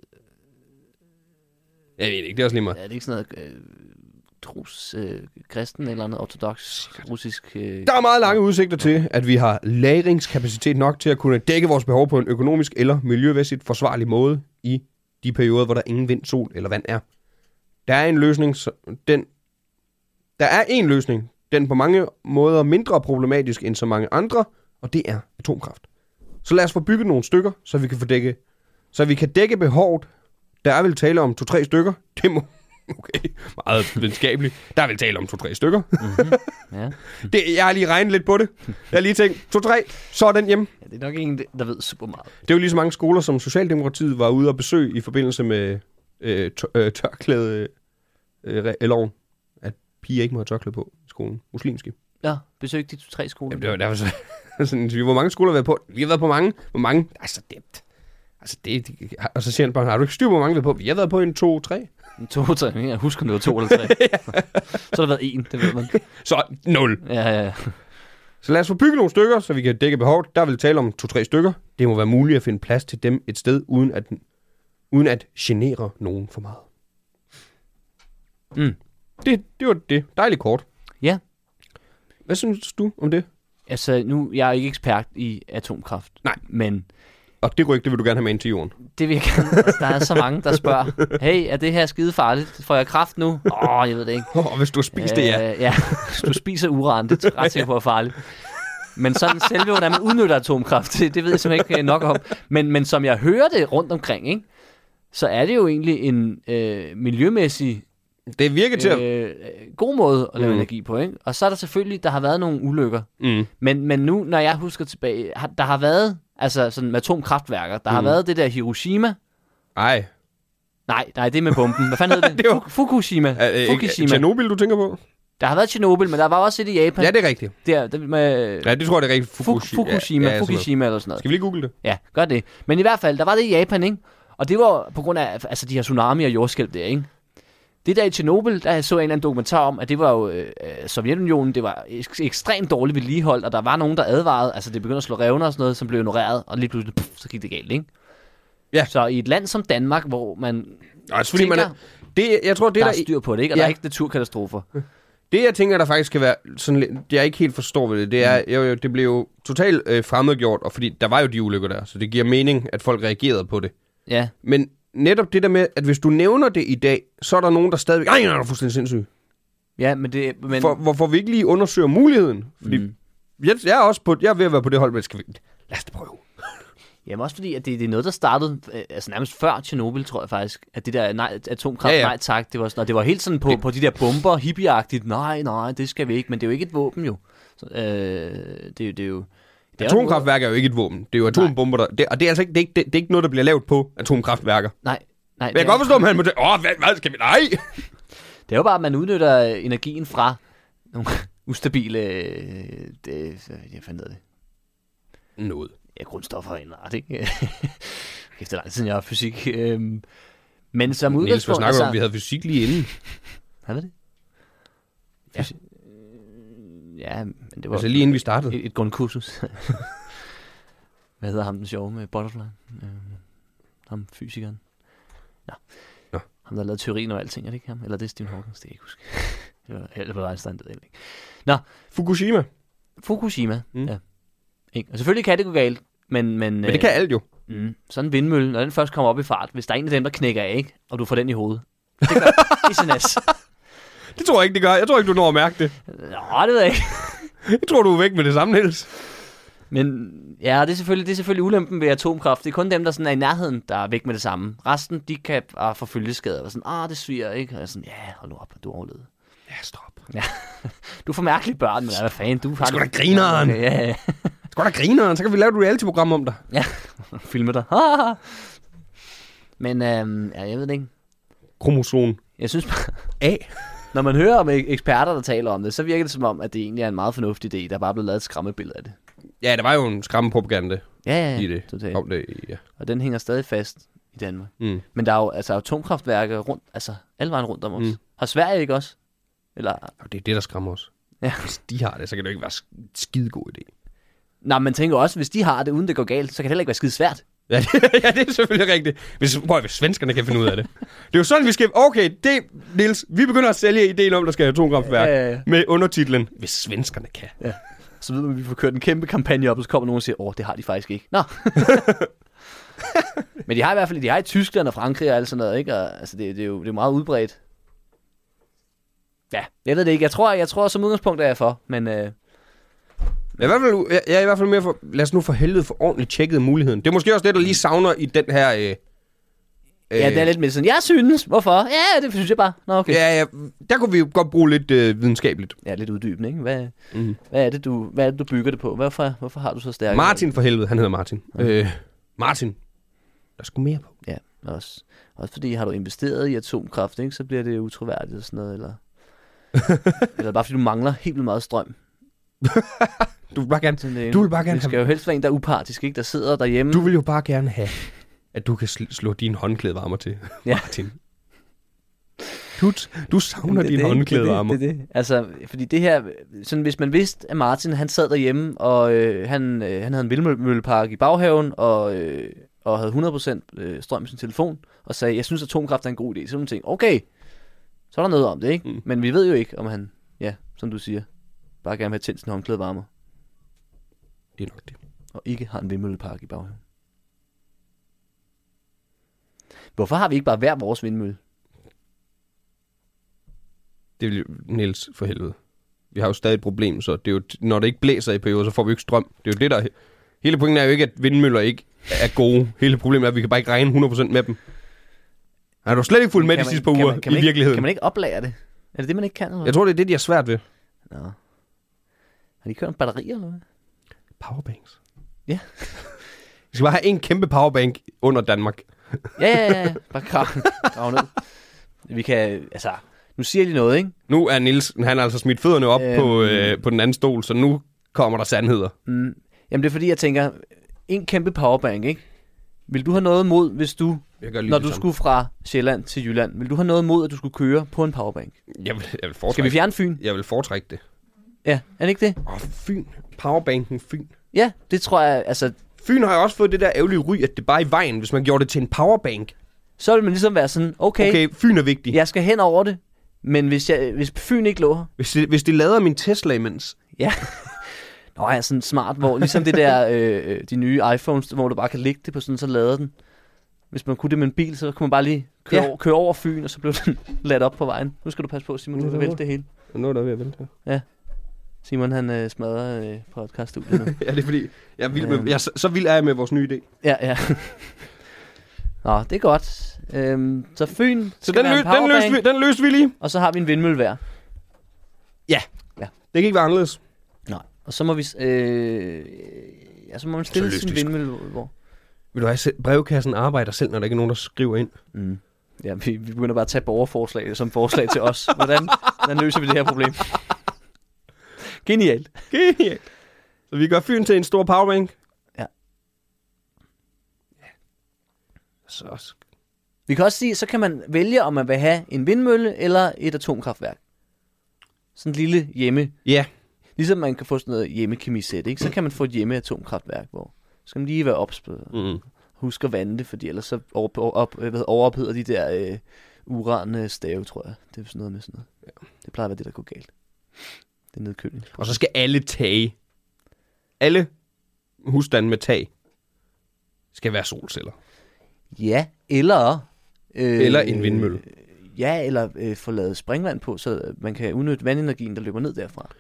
Jeg ved ikke, det er også lige meget.
Er det ikke sådan noget... Øh, trus, øh, kristen eller andet ortodox russisk... Øh,
Der er meget lange udsigter til, at vi har lagringskapacitet nok til at kunne dække vores behov på en økonomisk eller miljømæssigt forsvarlig måde i de perioder, hvor der ingen vind, sol eller vand er. Der er en løsning, så- den... Der er en løsning, den på mange måder mindre problematisk end så mange andre, og det er atomkraft. Så lad os få bygget nogle stykker, så vi kan få dække, så vi kan dække behovet. Der er vel tale om to-tre stykker. Det må... Okay, meget videnskabeligt. Der er vel tale om to-tre stykker.
ja.
Det, jeg har lige regnet lidt på det. Jeg har lige tænkt, to, tre, så er den hjemme.
ja, det er nok en, der ved super meget.
Det er jo lige så mange skoler, som Socialdemokratiet var ude og besøge i forbindelse med øh, tør, øh, tørklæde øh, re- loven. At piger ikke må have tørklæde på i skolen. Muslimske.
Ja, besøg de tre skoler.
Jamen, det var derfor så, sådan, en interview. hvor mange skoler har vi været på? Vi har været på mange. Hvor mange? Altså, det... Altså, det, det og så siger han bare, har du ikke styr på, hvor mange vi er på? Vi har været på en, to, tre.
To, tre. Jeg husker, det var to eller tre. så har der været en, det ved man.
Så nul.
Ja, ja, ja.
Så lad os få bygget nogle stykker, så vi kan dække behovet. Der vil tale om to-tre stykker. Det må være muligt at finde plads til dem et sted, uden at, uden at genere nogen for meget.
Mm.
Det, det var det. Dejligt kort.
Ja.
Hvad synes du om det?
Altså, nu, jeg er ikke ekspert i atomkraft.
Nej.
Men
Og det ryg, det vil du gerne have med ind til jorden.
det virker, altså, der er så mange, der spørger, hey, er det her skide farligt? Får jeg kraft nu? Åh, oh, jeg ved det ikke.
Åh, oh, hvis du har spist det, ja.
Øh, ja, hvis du spiser uran, det er jeg ret sikker på er farligt. Men sådan selve, hvordan man udnytter atomkraft, det, det ved jeg simpelthen ikke øh, nok om. Men, men som jeg hører det rundt omkring, ikke? så er det jo egentlig en øh, miljømæssig
Det virker til at...
øh, god måde at lave
Mm.
mm. energi på. Ikke? Og så er der selvfølgelig, der har været nogle ulykker.
Mm.
Men, men nu, når jeg husker tilbage, har, der har været altså sådan med atomkraftværker, der mm. har været det der Hiroshima.
Ej.
Nej, nej, det er med bomben. Hvad fanden hed det?
Det var-
Fu- Fukushima.
Er det ikke
Fukushima.
Tjernobyl, du tænker på?
Der har været Tjernobyl, men der var også et i Japan.
Ja, det er rigtigt.
Der, der med,
Ja, det tror jeg, det er rigtigt.
Fukushi-
Ja,
Fukushima,
ja, sådan noget.
Fukushima eller sådan noget.
Skal vi lige google det?
Ja, gør det. Men i hvert fald, der var det i Japan, ikke? Og det var på grund af altså, de her tsunami og jordskælv der, ikke? Det der i Tjernobyl, der så jeg en eller anden dokumentar om, at det var jo øh, øh, Sovjetunionen, det var ek- ekstremt dårligt vedligeholdt, og der var nogen, der advarede, altså det begyndte at slå revner og sådan noget, som blev ignoreret, og lige pludselig, pff, så gik det galt, ikke?
Ja.
Så i et land som Danmark, hvor man,
Nå, altså, fordi man er,
Tænker-
det, jeg tror, det,
der
der,
er styr på det, ikke? Og
Ja.
der er ikke naturkatastrofer.
Det, jeg tænker, der faktisk kan være sådan lidt, det jeg ikke helt forstår ved det, det er,
Mm.
jo, jo, det blev jo totalt øh, fremmedgjort, og fordi der var jo de ulykker der, så det giver mening, at folk reagerede på det.
Ja,
Men netop det der med, at hvis du nævner det i dag, så er der nogen, der stadigvæk, nej, nej, du er fuldstændig sindssyg.
ja men det... Men,
For, hvorfor vi ikke lige undersøger muligheden? Fordi mm. jeg, jeg, er også på, jeg er ved at være på det hold, men skal vi, lad os da prøve.
Jamen også fordi, at det, det er noget, der startede øh, altså nærmest før Tjernobyl, tror jeg faktisk. At det der nej, atomkraft,
Ja,
ja,
ja.
ja. nej tak, det var, sådan, og det var helt sådan på, det... på de der bomber, hippieagtigt, nej, nej, det skal vi ikke, men det er jo ikke et våben jo. Så, øh, det, er jo- det er jo... Det er jo noget-
Atomkraftværker er jo ikke et våben. Det er jo atombomber, der, det, og det er altså ikke, det er ikke, det, det er ikke noget, der bliver lavet på atomkraftværker.
Nej, nej.
Men jeg
det
kan
er-
godt forstå, at man må tænke, åh, hvad, hvad skal vi, nej!
Det er jo bare, at man udnytter øh, energien fra nogle ustabile... Øh, det, så- jeg fandt det.
Noget.
ja, grundstoffer og en art, ikke? Kæft, det er lang tid, siden jeg har fysik. Øhm, men som
Niels, hvad
udgangspunkt...
snakker altså... om? Vi havde fysik lige inden.
Hvad var det? Ja. ja, men det var
Altså lige inden vi startede.
et, et grundkursus. Hvad hedder ham den sjove med Butterfly? Øh, ham fysikeren. Nå.
Nå.
Ham, der lavede teorien og alting, er det ikke ham? Eller det er Stephen Hawking, det kan jeg ikke huske. det var Albert Einstein, det ved jeg ikke.
Fukushima.
Fukushima,
Mm.
mm. ja. Ikke? Og selvfølgelig kan det gå galt, men... Men,
Men det kan alt jo.
Mm, sådan en vindmølle, når den først kommer op i fart, hvis der er en af dem, der knækker af, ikke? og du får den i hovedet. Det gør, det er sådan, as.
Det tror jeg ikke, det gør. Jeg tror ikke, du når at mærke det.
Nå, det ved jeg ikke.
Jeg tror, du er væk med det samme, Niels.
Men ja, det er, selvfølgelig, det er selvfølgelig ulempen ved atomkraft. Det er kun dem, der sådan er i nærheden, der er væk med det samme. Resten, de kan bare få følgeskader. Og sådan, ah, det sviger, ikke? Og jeg er sådan, ja, hold nu op, du overlevede.
Ja, stop.
Ja. Du får mærkelige børn, men hvad fanden, du har...
Sgu da grineren.
Ja, ja, ja.
Skal da grine, så kan vi lave et reality-program om dig.
ja. filme dig. men øhm, ja, jeg ved det ikke.
Kromoson
Jeg synes bare,
A.
når man hører om ek- eksperter, der taler om det, så virker det som om, at det egentlig er en meget fornuftig idé. Der er bare blevet lavet et skræmmebillede af det.
Ja, der var jo en skræmmepropaganda
Ja, ja,
i
ja,
det.
totalt.
Om det, ja.
Og den hænger stadig fast i Danmark.
Mm.
Men der er jo altså, atomkraftværker rundt, altså alle vejen rundt om os.
Mm.
Mm. Har Sverige ikke også? Eller,
Og det er det, der skræmmer os.
Ja.
Hvis de har det, så kan det jo ikke være en skidegod idé.
nej, man tænker også, hvis de har det, uden det går galt, så kan det heller ikke være skide svært.
Ja, det, ja, det er selvfølgelig rigtigt. Hvis, prøv, hvis svenskerne kan finde ud af det. Det er jo sådan, vi skal... Okay, det, Niels, vi begynder at sælge ideen om, der skal have atomkraftværk
Ja, ja, ja.
med undertitlen, hvis svenskerne kan.
Så ved man, at vi får kørt en kæmpe kampagne op, og så kommer nogen og siger, åh, det har de faktisk ikke. Nå. Men de har i hvert fald, de har i Tyskland og Frankrig og alt sådan noget, ikke? Og, altså, det, det, er jo det er meget udbredt. Ja, jeg ved det ikke. Jeg tror, jeg tror som udgangspunkt er jeg for, men øh,
Jeg er, i hvert fald, jeg, jeg er i hvert fald mere for... Lad os nu for helvede få ordentligt tjekket muligheden. Det er måske også det, der lige savner i den her... Øh, øh,
ja, det er lidt mere sådan, jeg synes, hvorfor? Ja, det synes jeg bare. Nå, okay.
Ja, ja, der kunne vi jo godt bruge lidt øh, videnskabeligt.
Ja, lidt uddybende, ikke? Hvad,
Mhm.
mm. hvad, er det, du, hvad er det, du bygger det på? Hvorfor, hvorfor har du så stærke...
Martin for helvede, han hedder Martin. Øh, Martin, der skulle mere på.
Ja, også. Også fordi, har du investeret i atomkraft, ikke? Så bliver det utroværdigt og sådan noget, eller... eller bare fordi du mangler helt vildt meget strøm.
Du vil bare gerne,
Sådan, det,
du vil bare gerne
det skal
have,
jo helst være en, der er upartisk, ikke? Der sidder derhjemme.
du vil jo bare gerne have, at du kan sl- slå dine håndklædevarmer til,
Ja.
Martin. Du, du savner
Det er
dine
det,
håndklædevarmer.
Det, er det, det, er det. Altså, fordi det her... Sådan, hvis man vidste, at Martin, han sad derhjemme, og øh, han, øh, han havde en vindmøllepark i baghaven, og, øh, og havde 100% øh, strøm i sin telefon, og sagde, jeg synes, atomkraft er en god idé. Så ville man tænke, okay, så er der noget om det, ikke?
Mm.
Mm. Men vi ved jo ikke, om han, ja, som du siger, bare gerne vil have tændt sin håndklædevarmer,
det er nok det.
og ikke har en vindmøllepark i baghaven. Hvorfor har vi ikke bare hver vores vindmølle?
Det vil Niels for helvede. Vi har jo stadig et problem, så det er jo, når det ikke blæser i perioder, så får vi jo ikke strøm. Det er jo det, der... Hele pointen er jo ikke, at vindmøller ikke er gode. Hele problemet er, at vi kan bare ikke regne 100% med dem. Har du slet ikke fulgt med de
Kan man-
sidste par
kan
uger
man- kan
i
man ikke-
virkeligheden?
Kan man ikke oplære det? Er det det, man ikke kan? Eller?
Jeg tror, det er det, de har svært ved.
Nå. Har de kørt en batteri eller hvad?
Powerbanks.
Ja.
Vi skal bare have en kæmpe powerbank under Danmark.
Ja, ja, ja, ja. Bare krav, krav ned. Vi kan, altså, nu siger de noget, ikke?
Nu er Nils, han har altså smidt fødderne op øhm.
Øhm.
på, øh, på den anden stol, så nu kommer der sandheder.
Mm. Jamen, det er fordi, jeg tænker, en kæmpe powerbank, ikke? Vil du have noget mod, hvis du,
Jeg gør lige
når
det
du
samme.
skulle fra Sjælland til Jylland, vil du have noget mod, at du skulle køre på en powerbank?
Jeg vil, jeg vil
Skal vi
foretrække,
fjerne Fyn?
jeg vil foretrække det.
Ja, er det ikke det?
Åh, Fyn. Powerbanken Fyn.
Ja, det tror jeg, altså,
Fyn har jo også fået det der ærgerlige ry, at det bare er i vejen, hvis man gjorde det til en powerbank.
så vil man ligesom være sådan, okay,
Okay,
okay.
okay Fyn er vigtig.
jeg skal hen over det, men hvis, jeg, hvis Fyn ikke lå her,
Hvis, det, hvis det lader min Tesla imens.
Ja. Nå, jeg er sådan smart, hvor ligesom det der, øh, øh, de nye iPhones, hvor du bare kan lægge det på sådan, så lader den. Hvis man kunne det med en bil, så kunne man bare lige køre,
Ja.
ja. over, køre over Fyn, og så blev den ladt op på vejen. Nu skal du passe på, Simon,
Nu
du
er
kan
det
vælte det hele.
Nu er der ved at vælte
Simon, han øh, smadrer øh, podcaststudiet nu.
Ja, det er fordi, jeg er vild med,
Øhm.
jeg, så, så vild er jeg med vores nye idé.
ja, ja. Nå, det er godt. Øhm, så Fyn
Så
skal
den,
være
lø, den, løste
en powerbank,
vi, den løste vi lige.
og så har vi en vindmølle hver.
Det kan ikke være anderledes.
Nej. Og så må vi... s- Øh, ja, så må man stille sin
Socialistisk.
vindmølle, hvor...
Vil du have, se- brevkassen arbejder selv, når der ikke er nogen, der skriver ind?
Mm. Ja, vi, vi begynder bare at tage borgerforslag som forslag til os. Hvordan, hvordan løser vi det her problem? Genialt.
Genialt. Så vi gør Fyn til en stor powerbank?
Ja.
Så også.
Vi kan også sige, så kan man vælge, om man vil have en vindmølle eller et atomkraftværk. Sådan et lille hjemme.
Ja,
Ligesom man kan få sådan noget hjemmekemisæt, ikke? Så kan man få et hjemmeatomkraftværk, hvor så skal man lige være opspillet.
mm.
Husk at vande det, fordi ellers så over, op, hvad hedder, overopheder de der øh, uran stave, tror jeg. Det er sådan noget med sådan noget. Ja. Det plejer at være det, der går galt. Det er nedkøling.
og så skal alle tage. Alle husstande med tag skal være solceller.
Ja, eller... Øh,
Eller en vindmølle.
Ja, eller øh, få lavet springvand på, så man kan udnytte vandenergien, der løber ned derfra.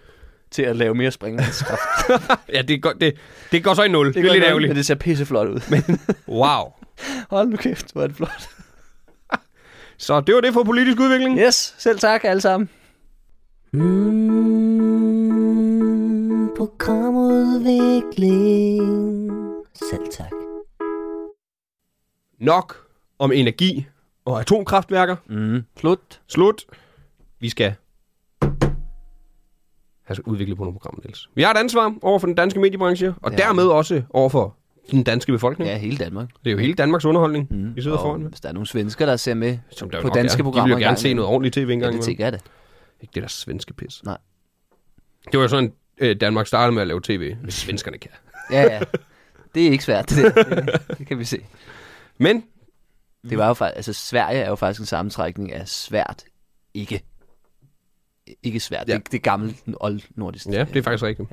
til at lave mere springvandskraft.
Ja, det går, det, det går så i nul. Det, det er lidt
Men
ærgerligt.
det ser pisseflot ud. Men
Wow.
hold nu kæft, hvor er det flot.
Så det var det for politisk udvikling.
Yes, selv tak alle sammen.
Mm, programudvikling. Selv tak.
Nok om energi og atomkraftværker.
Mm. Slut.
Slut. Vi skal have udviklet på nogle programmer, Niels. Vi har et ansvar over for den danske mediebranche, og
Ja.
ja. dermed også over for den danske befolkning. Ja.
Ja, hele Danmark.
Det er jo hele Danmarks underholdning, mm. vi sidder
Og
foran med.
Hvis der er nogle svensker, der ser med
Som der jo
på
nok
danske
er.
programmer.
De vil jo gerne se noget ordentligt tv engang.
Ja, det tænker jeg det.
Ikke det der svenske pis.
Nej.
Det var jo sådan, øh, Danmark startede med at lave tv, hvis svenskerne kan.
Ja, ja. Det er ikke svært, det, der. det, det kan vi se.
Men
Det var jo faktisk, altså Sverige er jo faktisk en sammentrækning af svært, ikke. Ikke svært, ja.
Ja.
det, det gamle oldnordisk.
Ja, det er faktisk rigtigt.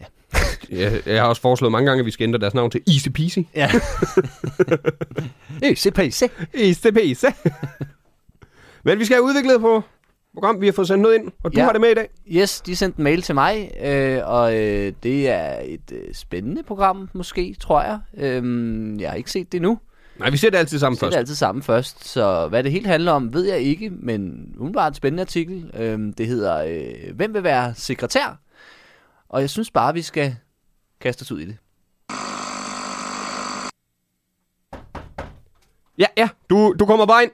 Ja.
jeg, jeg har også foreslået mange gange, at vi skal ændre deres navn til Easy Peasy.
Ja. Øh, se på se.
Easy Peasy. Men vi skal have udviklet på program. Vi har fået sendt noget ind, og du
Ja.
ja. har det med i dag.
Yes, de sendte en mail til mig, øh, og øh, det er et øh, spændende program, måske, tror jeg. Øh, jeg har ikke set det nu.
Nej, vi ser det altid sammen
Så er
først.
det altid sammen først, så hvad det helt handler om, ved jeg ikke, men umiddelbart en spændende artikel. Øhm, det hedder, øh, hvem vil være sekretær? Og jeg synes bare, vi skal kaste os ud i det.
Ja, ja. Du, du kommer bare ind.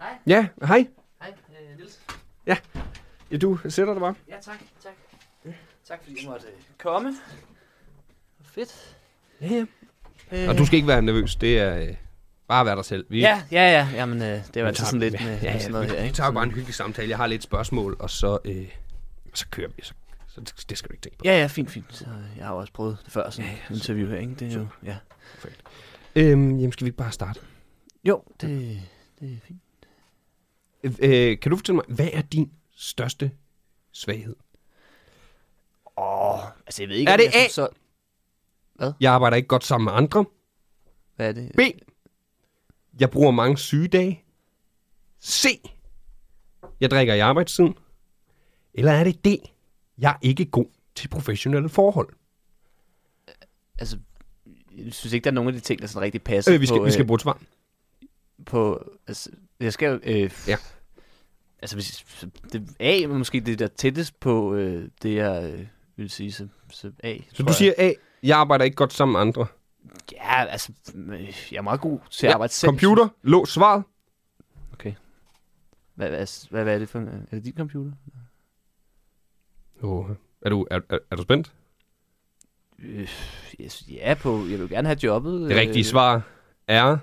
Hej. Ja, hej.
Hej, øh, Niels.
Ja, du sætter dig bare.
Ja, tak, tak. Tak fordi du måtte øh, komme. Fedt.
Ja, ja.
Øh,
Og du skal ikke være nervøs. Det er øh, bare være dig selv. Vi,
Ja, ja, ja. Jamen, øh, det var
vi
altid
tager-
sådan lidt
ja,
med,
ja,
med
ja,
sådan noget
vi,
her,
Vi
ikke?
tager jo bare en hyggelig samtale. Jeg har lidt spørgsmål, og så, øh, så kører vi. Så, så det- det skal du ikke tænke på.
Ja, ja, fint, fint. Så, øh, jeg har jo også prøvet det før, sådan ja, ja, interview her, ikke? Det er jo, ja.
Øhm, jamen, skal vi ikke bare starte?
Jo, det, det er fint.
Øh, kan du fortælle mig, hvad er din største svaghed?
Åh, altså jeg ved ikke,
Er
om
det
jeg synes
A?
så...
Jeg arbejder ikke godt sammen med andre.
Hvad er det?
B. Jeg bruger mange sygedage. C. Jeg drikker i arbejdstiden. Eller er det D. Jeg er ikke god til professionelle forhold.
altså, jeg synes ikke, der er nogen af de ting, der sådan rigtig passer
Øh, vi, skal,
på,
vi skal bruge et svar.
øh, på, altså, jeg skal jo, øh,
Ja.
altså, hvis, det, A er måske det der tættest på øh, det, jeg øh, vil sige, så, så A.
Så
tror
du siger A. Jeg arbejder ikke godt sammen med andre.
Jeg. Ja, altså, øh, jeg er meget god til at arbejde selv.
Computer. Lås svaret.
Hvad, hvad, hvad, hvad er det for en, er det din computer?
Oh. Er, du, er, er, er du spændt?
Øh, jeg, synes, ja, på, jeg vil jo gerne have jobbet. øh,
Det rigtige svar er...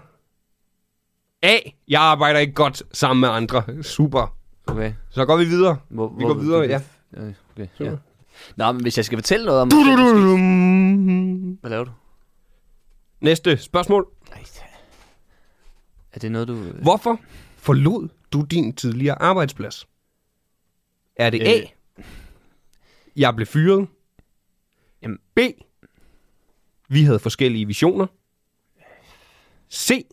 A. Jeg arbejder ikke godt sammen med andre. Super.
Okay.
Så går vi videre.
Hvor,
Vi går videre, ja.
Øh, Okay, ja.
Super.
Nå, men hvis jeg skal fortælle noget om... Hvad laver du?
Næste spørgsmål.
Ej, er det noget, du... øh,
Hvorfor forlod du din tidligere arbejdsplads? Er det A.
Øh.
Jeg blev fyret.
Jamen.
B. Vi havde forskellige visioner. C.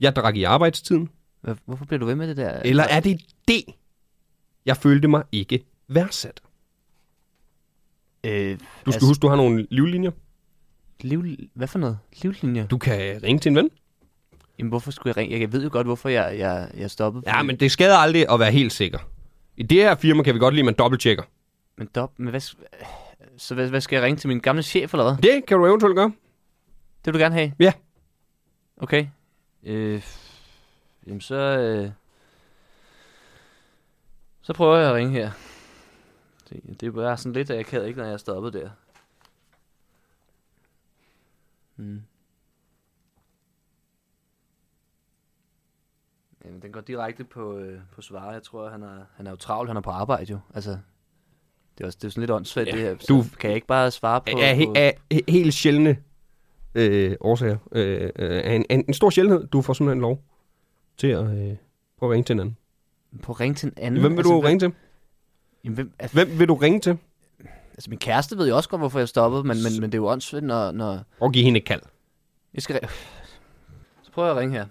Jeg drak i arbejdstiden.
Hvad- Hvorfor bliver du ved med det der?
Eller er det D. Jeg følte mig ikke værdsat.
Øh,
Du skal huske, du har nogle livlinjer.
Liv, hvad for noget? Livlinjer?
Du kan ringe til en ven.
Jamen, hvorfor skulle jeg ringe? Jeg ved jo godt, hvorfor jeg, jeg, jeg stoppede.
Ja, men det skader aldrig at være helt sikker. I det her firma kan vi godt lide, at man dobbelttjekker.
Men, dop, men hvad, så hvad, hvad skal jeg ringe til min gamle chef, eller hvad?
Det kan du eventuelt gøre.
Det vil du gerne have?
Ja.
Okay. Øh, jamen, så... Øh, så prøver jeg at ringe her. Det, det er bare sådan lidt, at jeg kan ikke, når jeg er stoppet der. Mm. Jamen, den går direkte på, øh, på svaret. Jeg tror, han er, han er jo travl. Han er på arbejde jo. Altså, det er, også, det er sådan lidt åndssvagt, ja, det her. Så
du-
kan jeg ikke bare svare på...
af,
på...
he- af he- helt sjældne øh, årsager. Øh, øh, af en, en, en stor sjældenhed. Du får simpelthen lov til at øh, prøve at ringe til hinanden.
På ring til en anden. Altså,
Hvem vil du
hvem-
ringe til?
Jamen, hvem, altså,
Hvem vil du ringe til?
altså, min kæreste ved jo også godt, hvorfor jeg stoppede, men, men, men det er jo åndssvigt, når, når...
Prøv at give hende et kald.
Jeg skal... ri- Så prøver jeg at ringe her.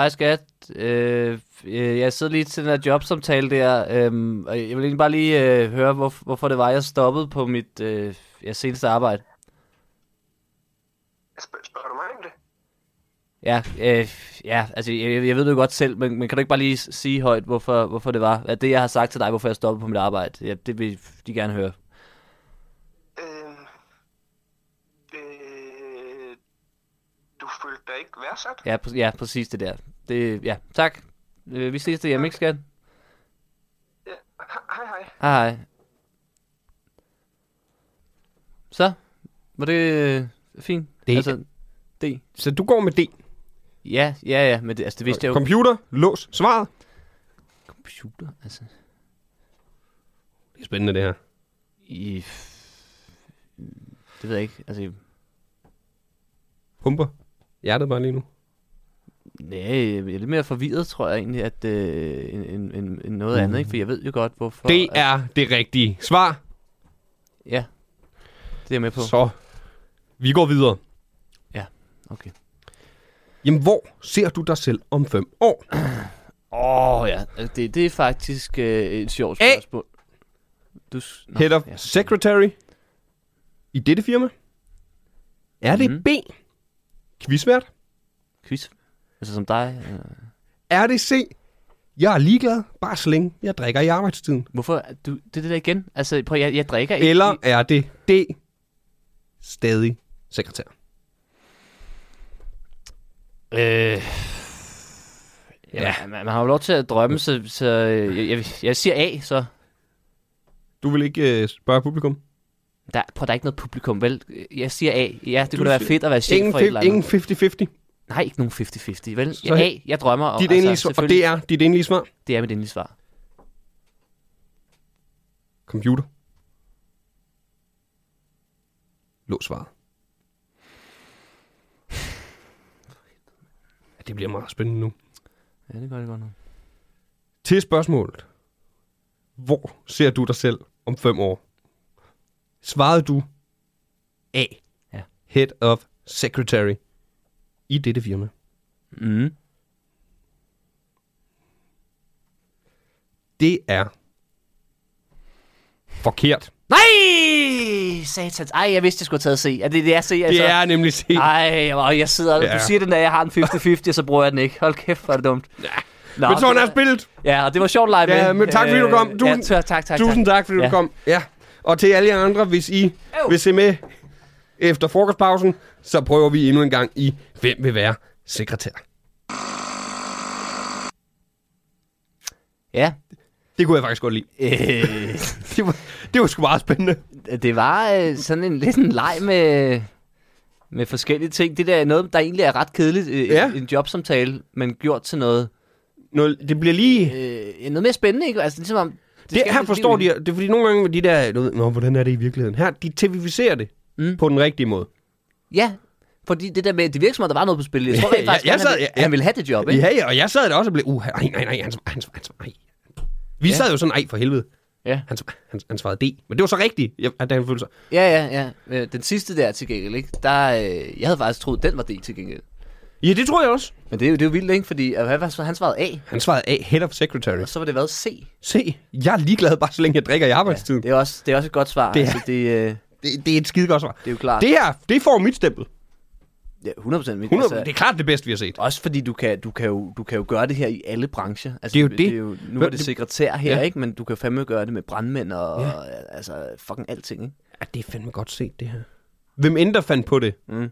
Hej skat, øh, øh, jeg sidder lige til den her jobsamtale der, øh, og jeg vil egentlig bare lige øh, høre, hvor, hvorfor det var, jeg stoppede på mit øh, ja, seneste arbejde.
Sp- spørger du mig om det?
Ja, øh, ja altså jeg, jeg ved det jo godt selv, men, men kan du ikke bare lige s- sige højt, hvorfor, hvorfor det var, at det jeg har sagt til dig, hvorfor jeg stoppede på mit arbejde, ja, det vil de gerne høre.
Øh, øh, du følte dig ikke værdsat?
Ja, præ- ja præcis det der. Det, ja, tak. Øh, vi ses derhjemme, ikke skat?
Ja. he- Hej, hej.
Hej hej. Så, var det øh, fint? Altså,
Det-
D.
Så du går med D.
Ja, ja, ja, men det, altså, det vidste jeg jo.
Computer, lås, svaret.
Computer, altså.
Det er spændende, det her.
I... Det ved jeg ikke, altså...
Pumper. Hjertet bare lige nu.
Nej, jeg er lidt mere forvirret, tror jeg egentlig, at, øh, end, end, end, end noget mm. andet, ikke? For jeg ved jo godt, hvorfor...
Det
At,
er det rigtige svar.
ja, det er jeg med på.
Så vi går videre.
Okay.
Jamen, hvor ser du dig selv om fem år?
Åh, oh, ja, altså, det, det er faktisk øh, et sjovt
A.
spørgsmål. Du... s- Nå,
Head of
ja.
Secretary i dette firma? Er det
Mhm.
B? Quizvært?
Quiz? Altså som dig? øh.
Er det C? Jeg er ligeglad, bare så længe jeg drikker i arbejdstiden.
Hvorfor? er Du, det er det der igen? Altså, prøv, jeg, jeg drikker ikke.
Eller er det D? Stadig sekretær.
Øh, ja, man, man har jo lov til at drømme, så, så øh, jeg, jeg, jeg siger A, så.
Du vil ikke øh, spørge publikum?
Der, prøv, der er ikke noget publikum, vel? Jeg siger A. Ja, det
Du
kunne da være
siger-
fedt at være chef
Ingen,
for et eller
fif- ingen
andet.
50-50.
Nej, ikke nogen 50-50, vel?
Så-
Så, A, jeg drømmer om. altså,
Dit endelige svar, og det er dit endelige svar.
det er mit endelige svar.
Computer. Lås svaret. Ja, det bliver meget spændende nu.
Ja, det gør det godt nok.
Til spørgsmålet. Hvor ser du dig selv om fem år? Svarede du A.
Ja.
Head of Secretary i dette firma.
Mm.
Det er forkert.
Nej! Satans. Ej, jeg vidste, jeg skulle have taget C. Er det det, jeg C? Altså?
Det er nemlig C.
Ej, og jeg sidder,
Ja.
ja. du siger den der, jeg har en 50-50, og så bruger jeg den ikke. Hold kæft, hvor er det dumt. Ja. Nå,
Men sådan
det-
er spillet.
Ja, og det var sjovt at lege
Ja,
med.
men tak, fordi du kom.
Øh,
Tusind-
ja, tak, tak, tak.
Tusind tak, fordi ja.
Ja.
du kom. Ja. Og til alle jer andre, hvis I Øv.
Øv.
vil se med efter frokostpausen, så prøver vi endnu en gang i, hvem vil være sekretær.
Ja.
Det kunne jeg faktisk godt lide.
Øh,
Det var, det var sgu meget spændende.
det var øh, sådan en lidt en leg med, med forskellige ting. Det der er noget, der egentlig er ret kedeligt. Øh,
Ja.
ja. En jobsamtale, men gjort til noget,
Noget, det bliver lige...
øh, noget mere spændende. Ikke? Altså, ligesom om,
Det, det
skal
her
man-
forstår de, det er fordi nogle gange med de der, du ved, Nå, hvordan er det i virkeligheden? Her, de tv-viserer det mm.
Mm.
på den rigtige måde.
Ja, fordi det der med, det virker som om, der var noget på spil. Jeg tror
Ja,
rent faktisk,
jeg- jeg
han,
sad-
ville,
ja, ja.
han ville have det job. Ikke?
Ja, ja, og jeg sad der også og blev, uh, nej, nej, nej, han, han, han, han, Vi ja.
Ja.
sad jo sådan, ej for helvede.
Ja.
Han, han, han svarede D. Men det var så rigtigt, jeg, at han følte sig.
ja, ja, ja. Øh, Den sidste der til gengæld, ikke? Der, øh, jeg havde faktisk troet, den var det til gengæld.
Ja, det tror jeg også.
Men det er jo, det er jo vildt, ikke? Fordi øh, han, han svarede A,
Han svarede A, Head of Secretary.
og så var det hvad? C.
Se, jeg er ligeglad, bare så længe jeg drikker i arbejdstiden. Ja,
Det er også, det er også et godt svar.
Det
Det
er-
er, altså, det, øh, det
det, det, det er et skide godt svar.
er jo klart.
Det her, det får mit stempel.
ja, 100% mit.
100,
altså,
det er klart det bedste, vi har set.
Også fordi du kan, du, kan jo, du kan jo gøre det her i alle brancher. Altså,
Det er jo det.
det er jo, nu er
Hvem-
det sekretær her,
Ja.
ja. ikke? Men du kan fandme gøre det med brandmænd og, ja. og altså, fucking alting, ikke?
Ja, det er fandme godt set, det her. Hvem end der fandt på det, mm.
Mm.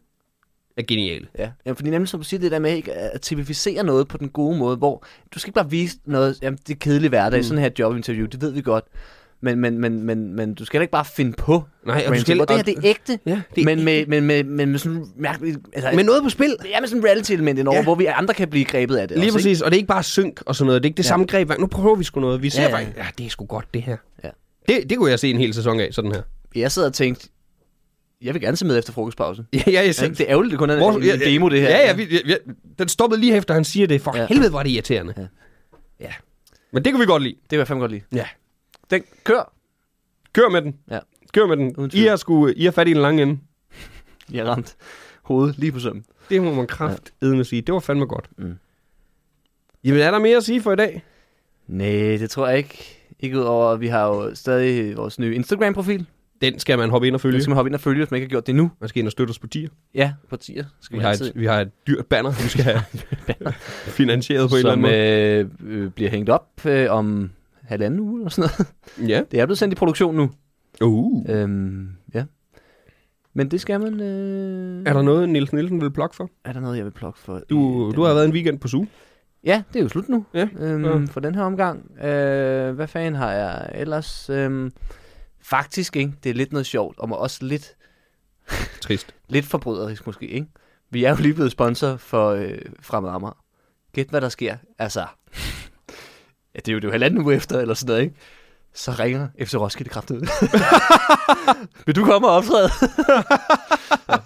er geniale.
Ja. ja. fordi nemlig som du siger, det der med ikke, at typificere noget på den gode måde, hvor du skal ikke bare vise noget, jamen det er kedelige hverdag, mm. sådan her et jobinterview, det ved vi godt. Men, men, men, men, men du skal heller ikke bare finde på.
Nej, og du
random,
skal-
hvor det her
og-
det er ægte,
Ja,
ja,
det er
det men, med, men, med, men med sådan mærkeligt... Altså,
Men noget på spil.
Ja, med sådan en reality-element indover,
Ja.
ja. hvor vi andre kan blive grebet af det
Lige
også,
præcis, og det er ikke bare synk og sådan noget. Det er ikke det ja.
Ja.
samme greb. Nu prøver vi sgu noget. Vi ser ja,
ja.
ja. faktisk, ja, det er sgu godt, det her.
Ja.
Det, det kunne jeg se en hel sæson af, sådan her.
Ikke? Jeg sad og tænkte, jeg vil gerne se med efter frokostpausen.
Ja, ja, jeg
Ja, ikke? Det er ærgerligt, det kun er en,
Vores-
en demo, det her.
Ja, ja, vi, ja, ja, den stoppede lige efter, han siger det. For ja.
Ja.
helvede, var det irriterende. Ja.
Ja.
ja. Men det kunne vi godt lide.
Det vil jeg fandme godt lide.
Ja.
Den kører.
Kør med den.
Ja.
Kør med den.
Uden
I
tvivl.
har, sgu, I har fat i den lange ende.
Jeg ramt hovedet lige på sømmen.
Det må man kraft med sige. Det var fandme godt. Mm. Jamen, er der mere at sige for i dag?
Nej, det tror jeg ikke. Ikke udover, at vi har jo stadig vores nye Instagram-profil.
Den skal man hoppe ind og følge.
Det skal man hoppe ind og følge, hvis man ikke har gjort det nu.
Man skal ind og støtte os på tier.
Ja, på tier. Skal
Vi
vi,
har,
altid.
et, vi har et dyrt banner, vi skal have finansieret på en eller anden
som
måde.
øh, øh, bliver hængt op øh, om halvanden uge eller sådan noget.
Ja.
Det er blevet sendt i produktion nu.
Uh.
Øhm, ja. Men det skal man... Øh...
Er der noget, Nils Nielsen vil plukke for?
er der noget, jeg vil plukke for?
Du, du
i Øh, den
har
her-
været en weekend på suge.
Ja, det er jo slut nu.
Ja,
Øhm,
ja.
For den her omgang. Øh, hvad fanden har jeg ellers? Øhm, faktisk, ikke? Det er lidt noget sjovt, og må også lidt
Trist.
lidt forbryderisk måske, ikke? Vi er jo lige blevet sponsor for øh, Fremad Amager. Gæt, hvad der sker. Altså, ja, det er jo det er jo halvanden uge efter, eller sådan noget, ikke? Så ringer FC Roskilde kraftedet. Vil du komme og optræde? Ja.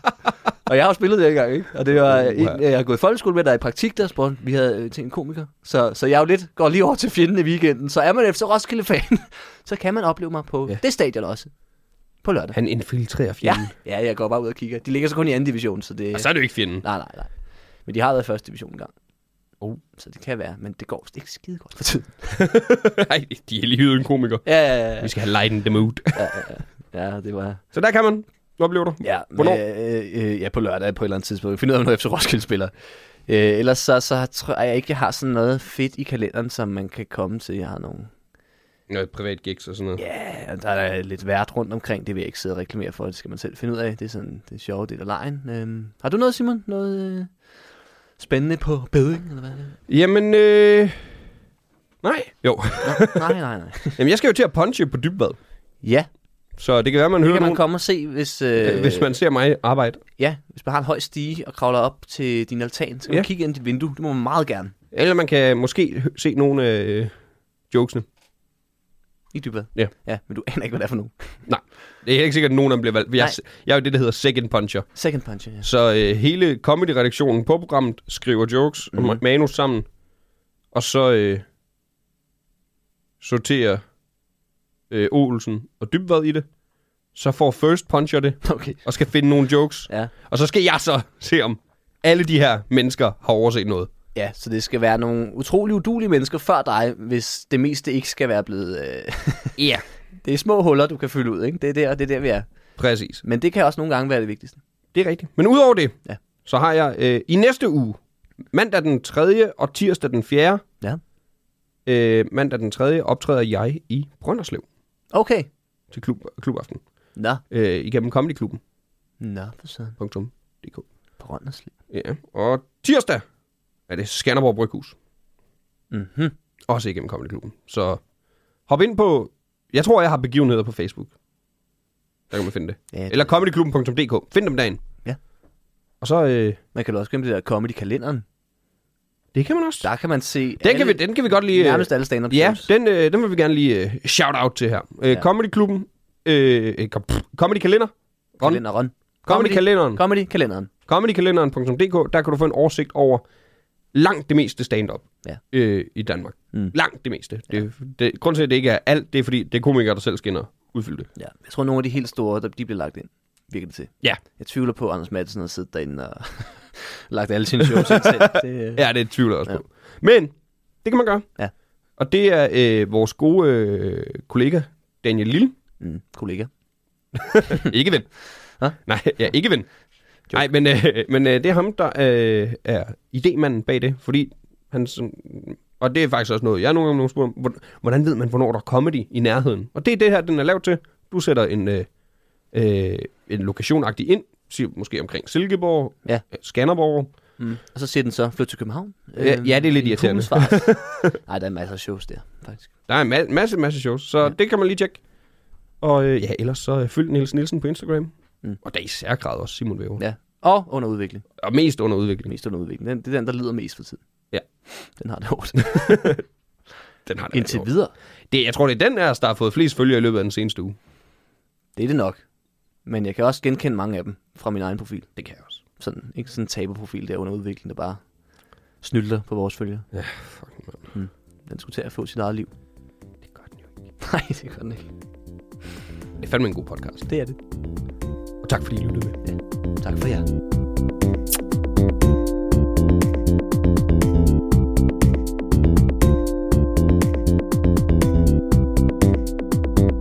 og jeg har jo spillet det engang, ikke? Og det var en,
Uha.
jeg har gået i folkeskole med, der er i praktik der spurgte, vi havde øh, til en komiker. Så, så jeg er jo lidt, går lige over til fjenden i weekenden. Så er man FC Roskilde-fan, så kan man opleve mig på
Ja.
ja. det stadion også. På lørdag.
Han infiltrerer
Ja,
fjenden.
ja, jeg går bare ud og kigger. De ligger så kun i anden division, så det...
Og så er det jo ikke fjenden.
Nej, nej, nej. Men de har været i første division engang.
Oh.
Så det kan være, men det går ikke skide godt for tiden.
Nej, de er lige hyret en komiker.
Ja, ja, ja.
Vi skal have lighten the mood.
Ja, det var...
Så der kan man. Nu oplever du.
Ja,
Hvornår?
Øh, øh, ja, på lørdag på et eller andet tidspunkt. Find ud af, når FC Roskilde spiller. Øh, ellers så, så tror jeg ikke, jeg har sådan noget fedt i kalenderen, som man kan komme til. Jeg har nogle...
Noget privat gigs og sådan noget.
Ja, der er lidt vært rundt omkring. Det vil jeg ikke sidde og reklamere for. Det skal man selv finde ud af. Det er sådan det sjove del af lejen. Øhm, har du noget, Simon? Noget øh, spændende på beding, eller hvad?
Jamen, øh... Nej. Jo.
Nej, nej, nej.
Jamen, jeg skal jo til at punche på dybvad.
Ja,
Så det kan være, man
det
hører
kan man
nogen,
komme og se, hvis, øh,
øh, hvis man ser mig arbejde.
ja, hvis man har en høj stige og kravler op til din altan, så kan
Ja.
ja. man kigge ind i dit vindue. Det må man meget gerne
Eller man kan måske hø- se nogle af øh, jokesene.
i dybet.
Ja.
ja, men du aner ikke, hvad det er for nogen.
Nej, det er ikke sikkert, at nogen af dem bliver valgt. Jeg,
Nej.
jeg er jo det, der hedder second puncher.
Second punch, ja.
Så øh, hele comedy-redaktionen på programmet skriver jokes mm-hmm. og
Mhm.
manus sammen. Og så øh, sorterer øh, Olsen og Dybvad i det. Så får first puncher det,
Okay.
og skal finde nogle jokes.
Ja.
Og så skal jeg så se, om alle de her mennesker har overset noget.
ja, så det skal være nogle utrolig udulige mennesker før dig, hvis det meste ikke skal være blevet... Øh...
Ja. Yeah.
det er små huller, du kan fylde ud, ikke? Det er der, det er der, vi er.
Præcis.
Men det kan også nogle gange være det vigtigste.
Det er rigtigt. Men udover det, ja.
Ja.
så har jeg øh, i næste uge, mandag den 3. og tirsdag den 4.
Ja.
Øh, mandag den 3. optræder jeg i Brønderslev
Okay.
til klub, klubaften.
Nå,
Øh, igennem comedyklubben.dk.
nå for sådan. På Rønderslev.
Ja. Og tirsdag er det Skanderborg Bryghus.
Mhm.
Også igennem comedyklubben. Så hop ind på... Jeg tror, jeg har begivenheder på Facebook. Der kan man finde det.
Ja,
Eller comedyklubben.dk. Find dem dagen.
Ja.
Og så... Øh,
man kan jo også glemme det der comedy-kalenderen.
det kan man også.
Der kan man se...
Den kan, vi, den kan vi godt lige... øh,
Nærmest alle stand-up
Ja,
shows.
den, øh, den vil vi gerne lige øh, shout out til her. Øh, ja.
Ja.
Comedy Klubben. Øh, øh, kom- pff, Comedy Kalender. Ron-
Kalenderen.
Comedy Kalenderen.
Comedy kalenderen.
Comedykalenderen.dk. Der kan du få en oversigt over langt det meste stand-up
Ja.
øh, i Danmark. Mm.
Mm.
Langt det meste. Det, det, grunden til, at det ikke er alt, det er fordi, det er komikere, der selv skinner udfylde det.
Ja, jeg tror, nogle af de helt store, der, de bliver lagt ind, virker det til.
Ja.
Jeg tvivler på, at Anders Madsen har siddet derinde og lagt alle sine shows ind selv. Det, øh,
Ja, det tvivler jeg også ja.
Ja.
på. Men det kan man gøre.
Ja.
Og det er øh, vores gode øh, kollega, Daniel Lille.
mm, kollega.
Hm. ikke ven.
Hva?
Nej, ja, ikke ven. Nej, men, øh, men øh, det er ham, der øh, er idémanden bag det, fordi han sådan, og det er faktisk også noget, jeg nogle gange nogen spurgt, om, hvordan- hvordan ved man, hvornår der er comedy i nærheden? Og det er det her, den er lavet til. Du sætter en, øh, øh, en lokationagtig ind, siger måske omkring Silkeborg,
Ja.
øh, Skanderborg.
Mm. Og så siger den så, flyt til København. Øh,
Ja, ja, det er lidt
i
irriterende.
Hulensvars. Nej, der er masser af shows der, faktisk.
Der er en ma- masse, masse shows, så ja.
Ja.
det kan man lige tjekke. Og øh, ja, ellers så øh, følg Niels Nielsen på Instagram. Mm.
Mm.
Og der er især grad også Simon Væver. Ja.
Ja. Og under udvikling.
Og mest under udvikling.
Mest under udvikling. Den, det er den, der lider mest for tiden.
Ja.
Den har det hårdt.
Den har der
Indtil videre.
Det, jeg tror, det er den her, der har fået flest følgere i løbet af den seneste uge.
Det er det nok. Men jeg kan også genkende mange af dem fra min egen profil.
Det kan jeg også.
Sådan, ikke sådan en taberprofil der under udvikling, der bare snylter på vores følgere.
Fuck, man.
Den skulle til at få sit eget liv.
Det gør den jo.
Nej, det gør den ikke.
Det er fandme en god podcast.
Det er det.
Og tak fordi I lyttede med.
Tak for jer.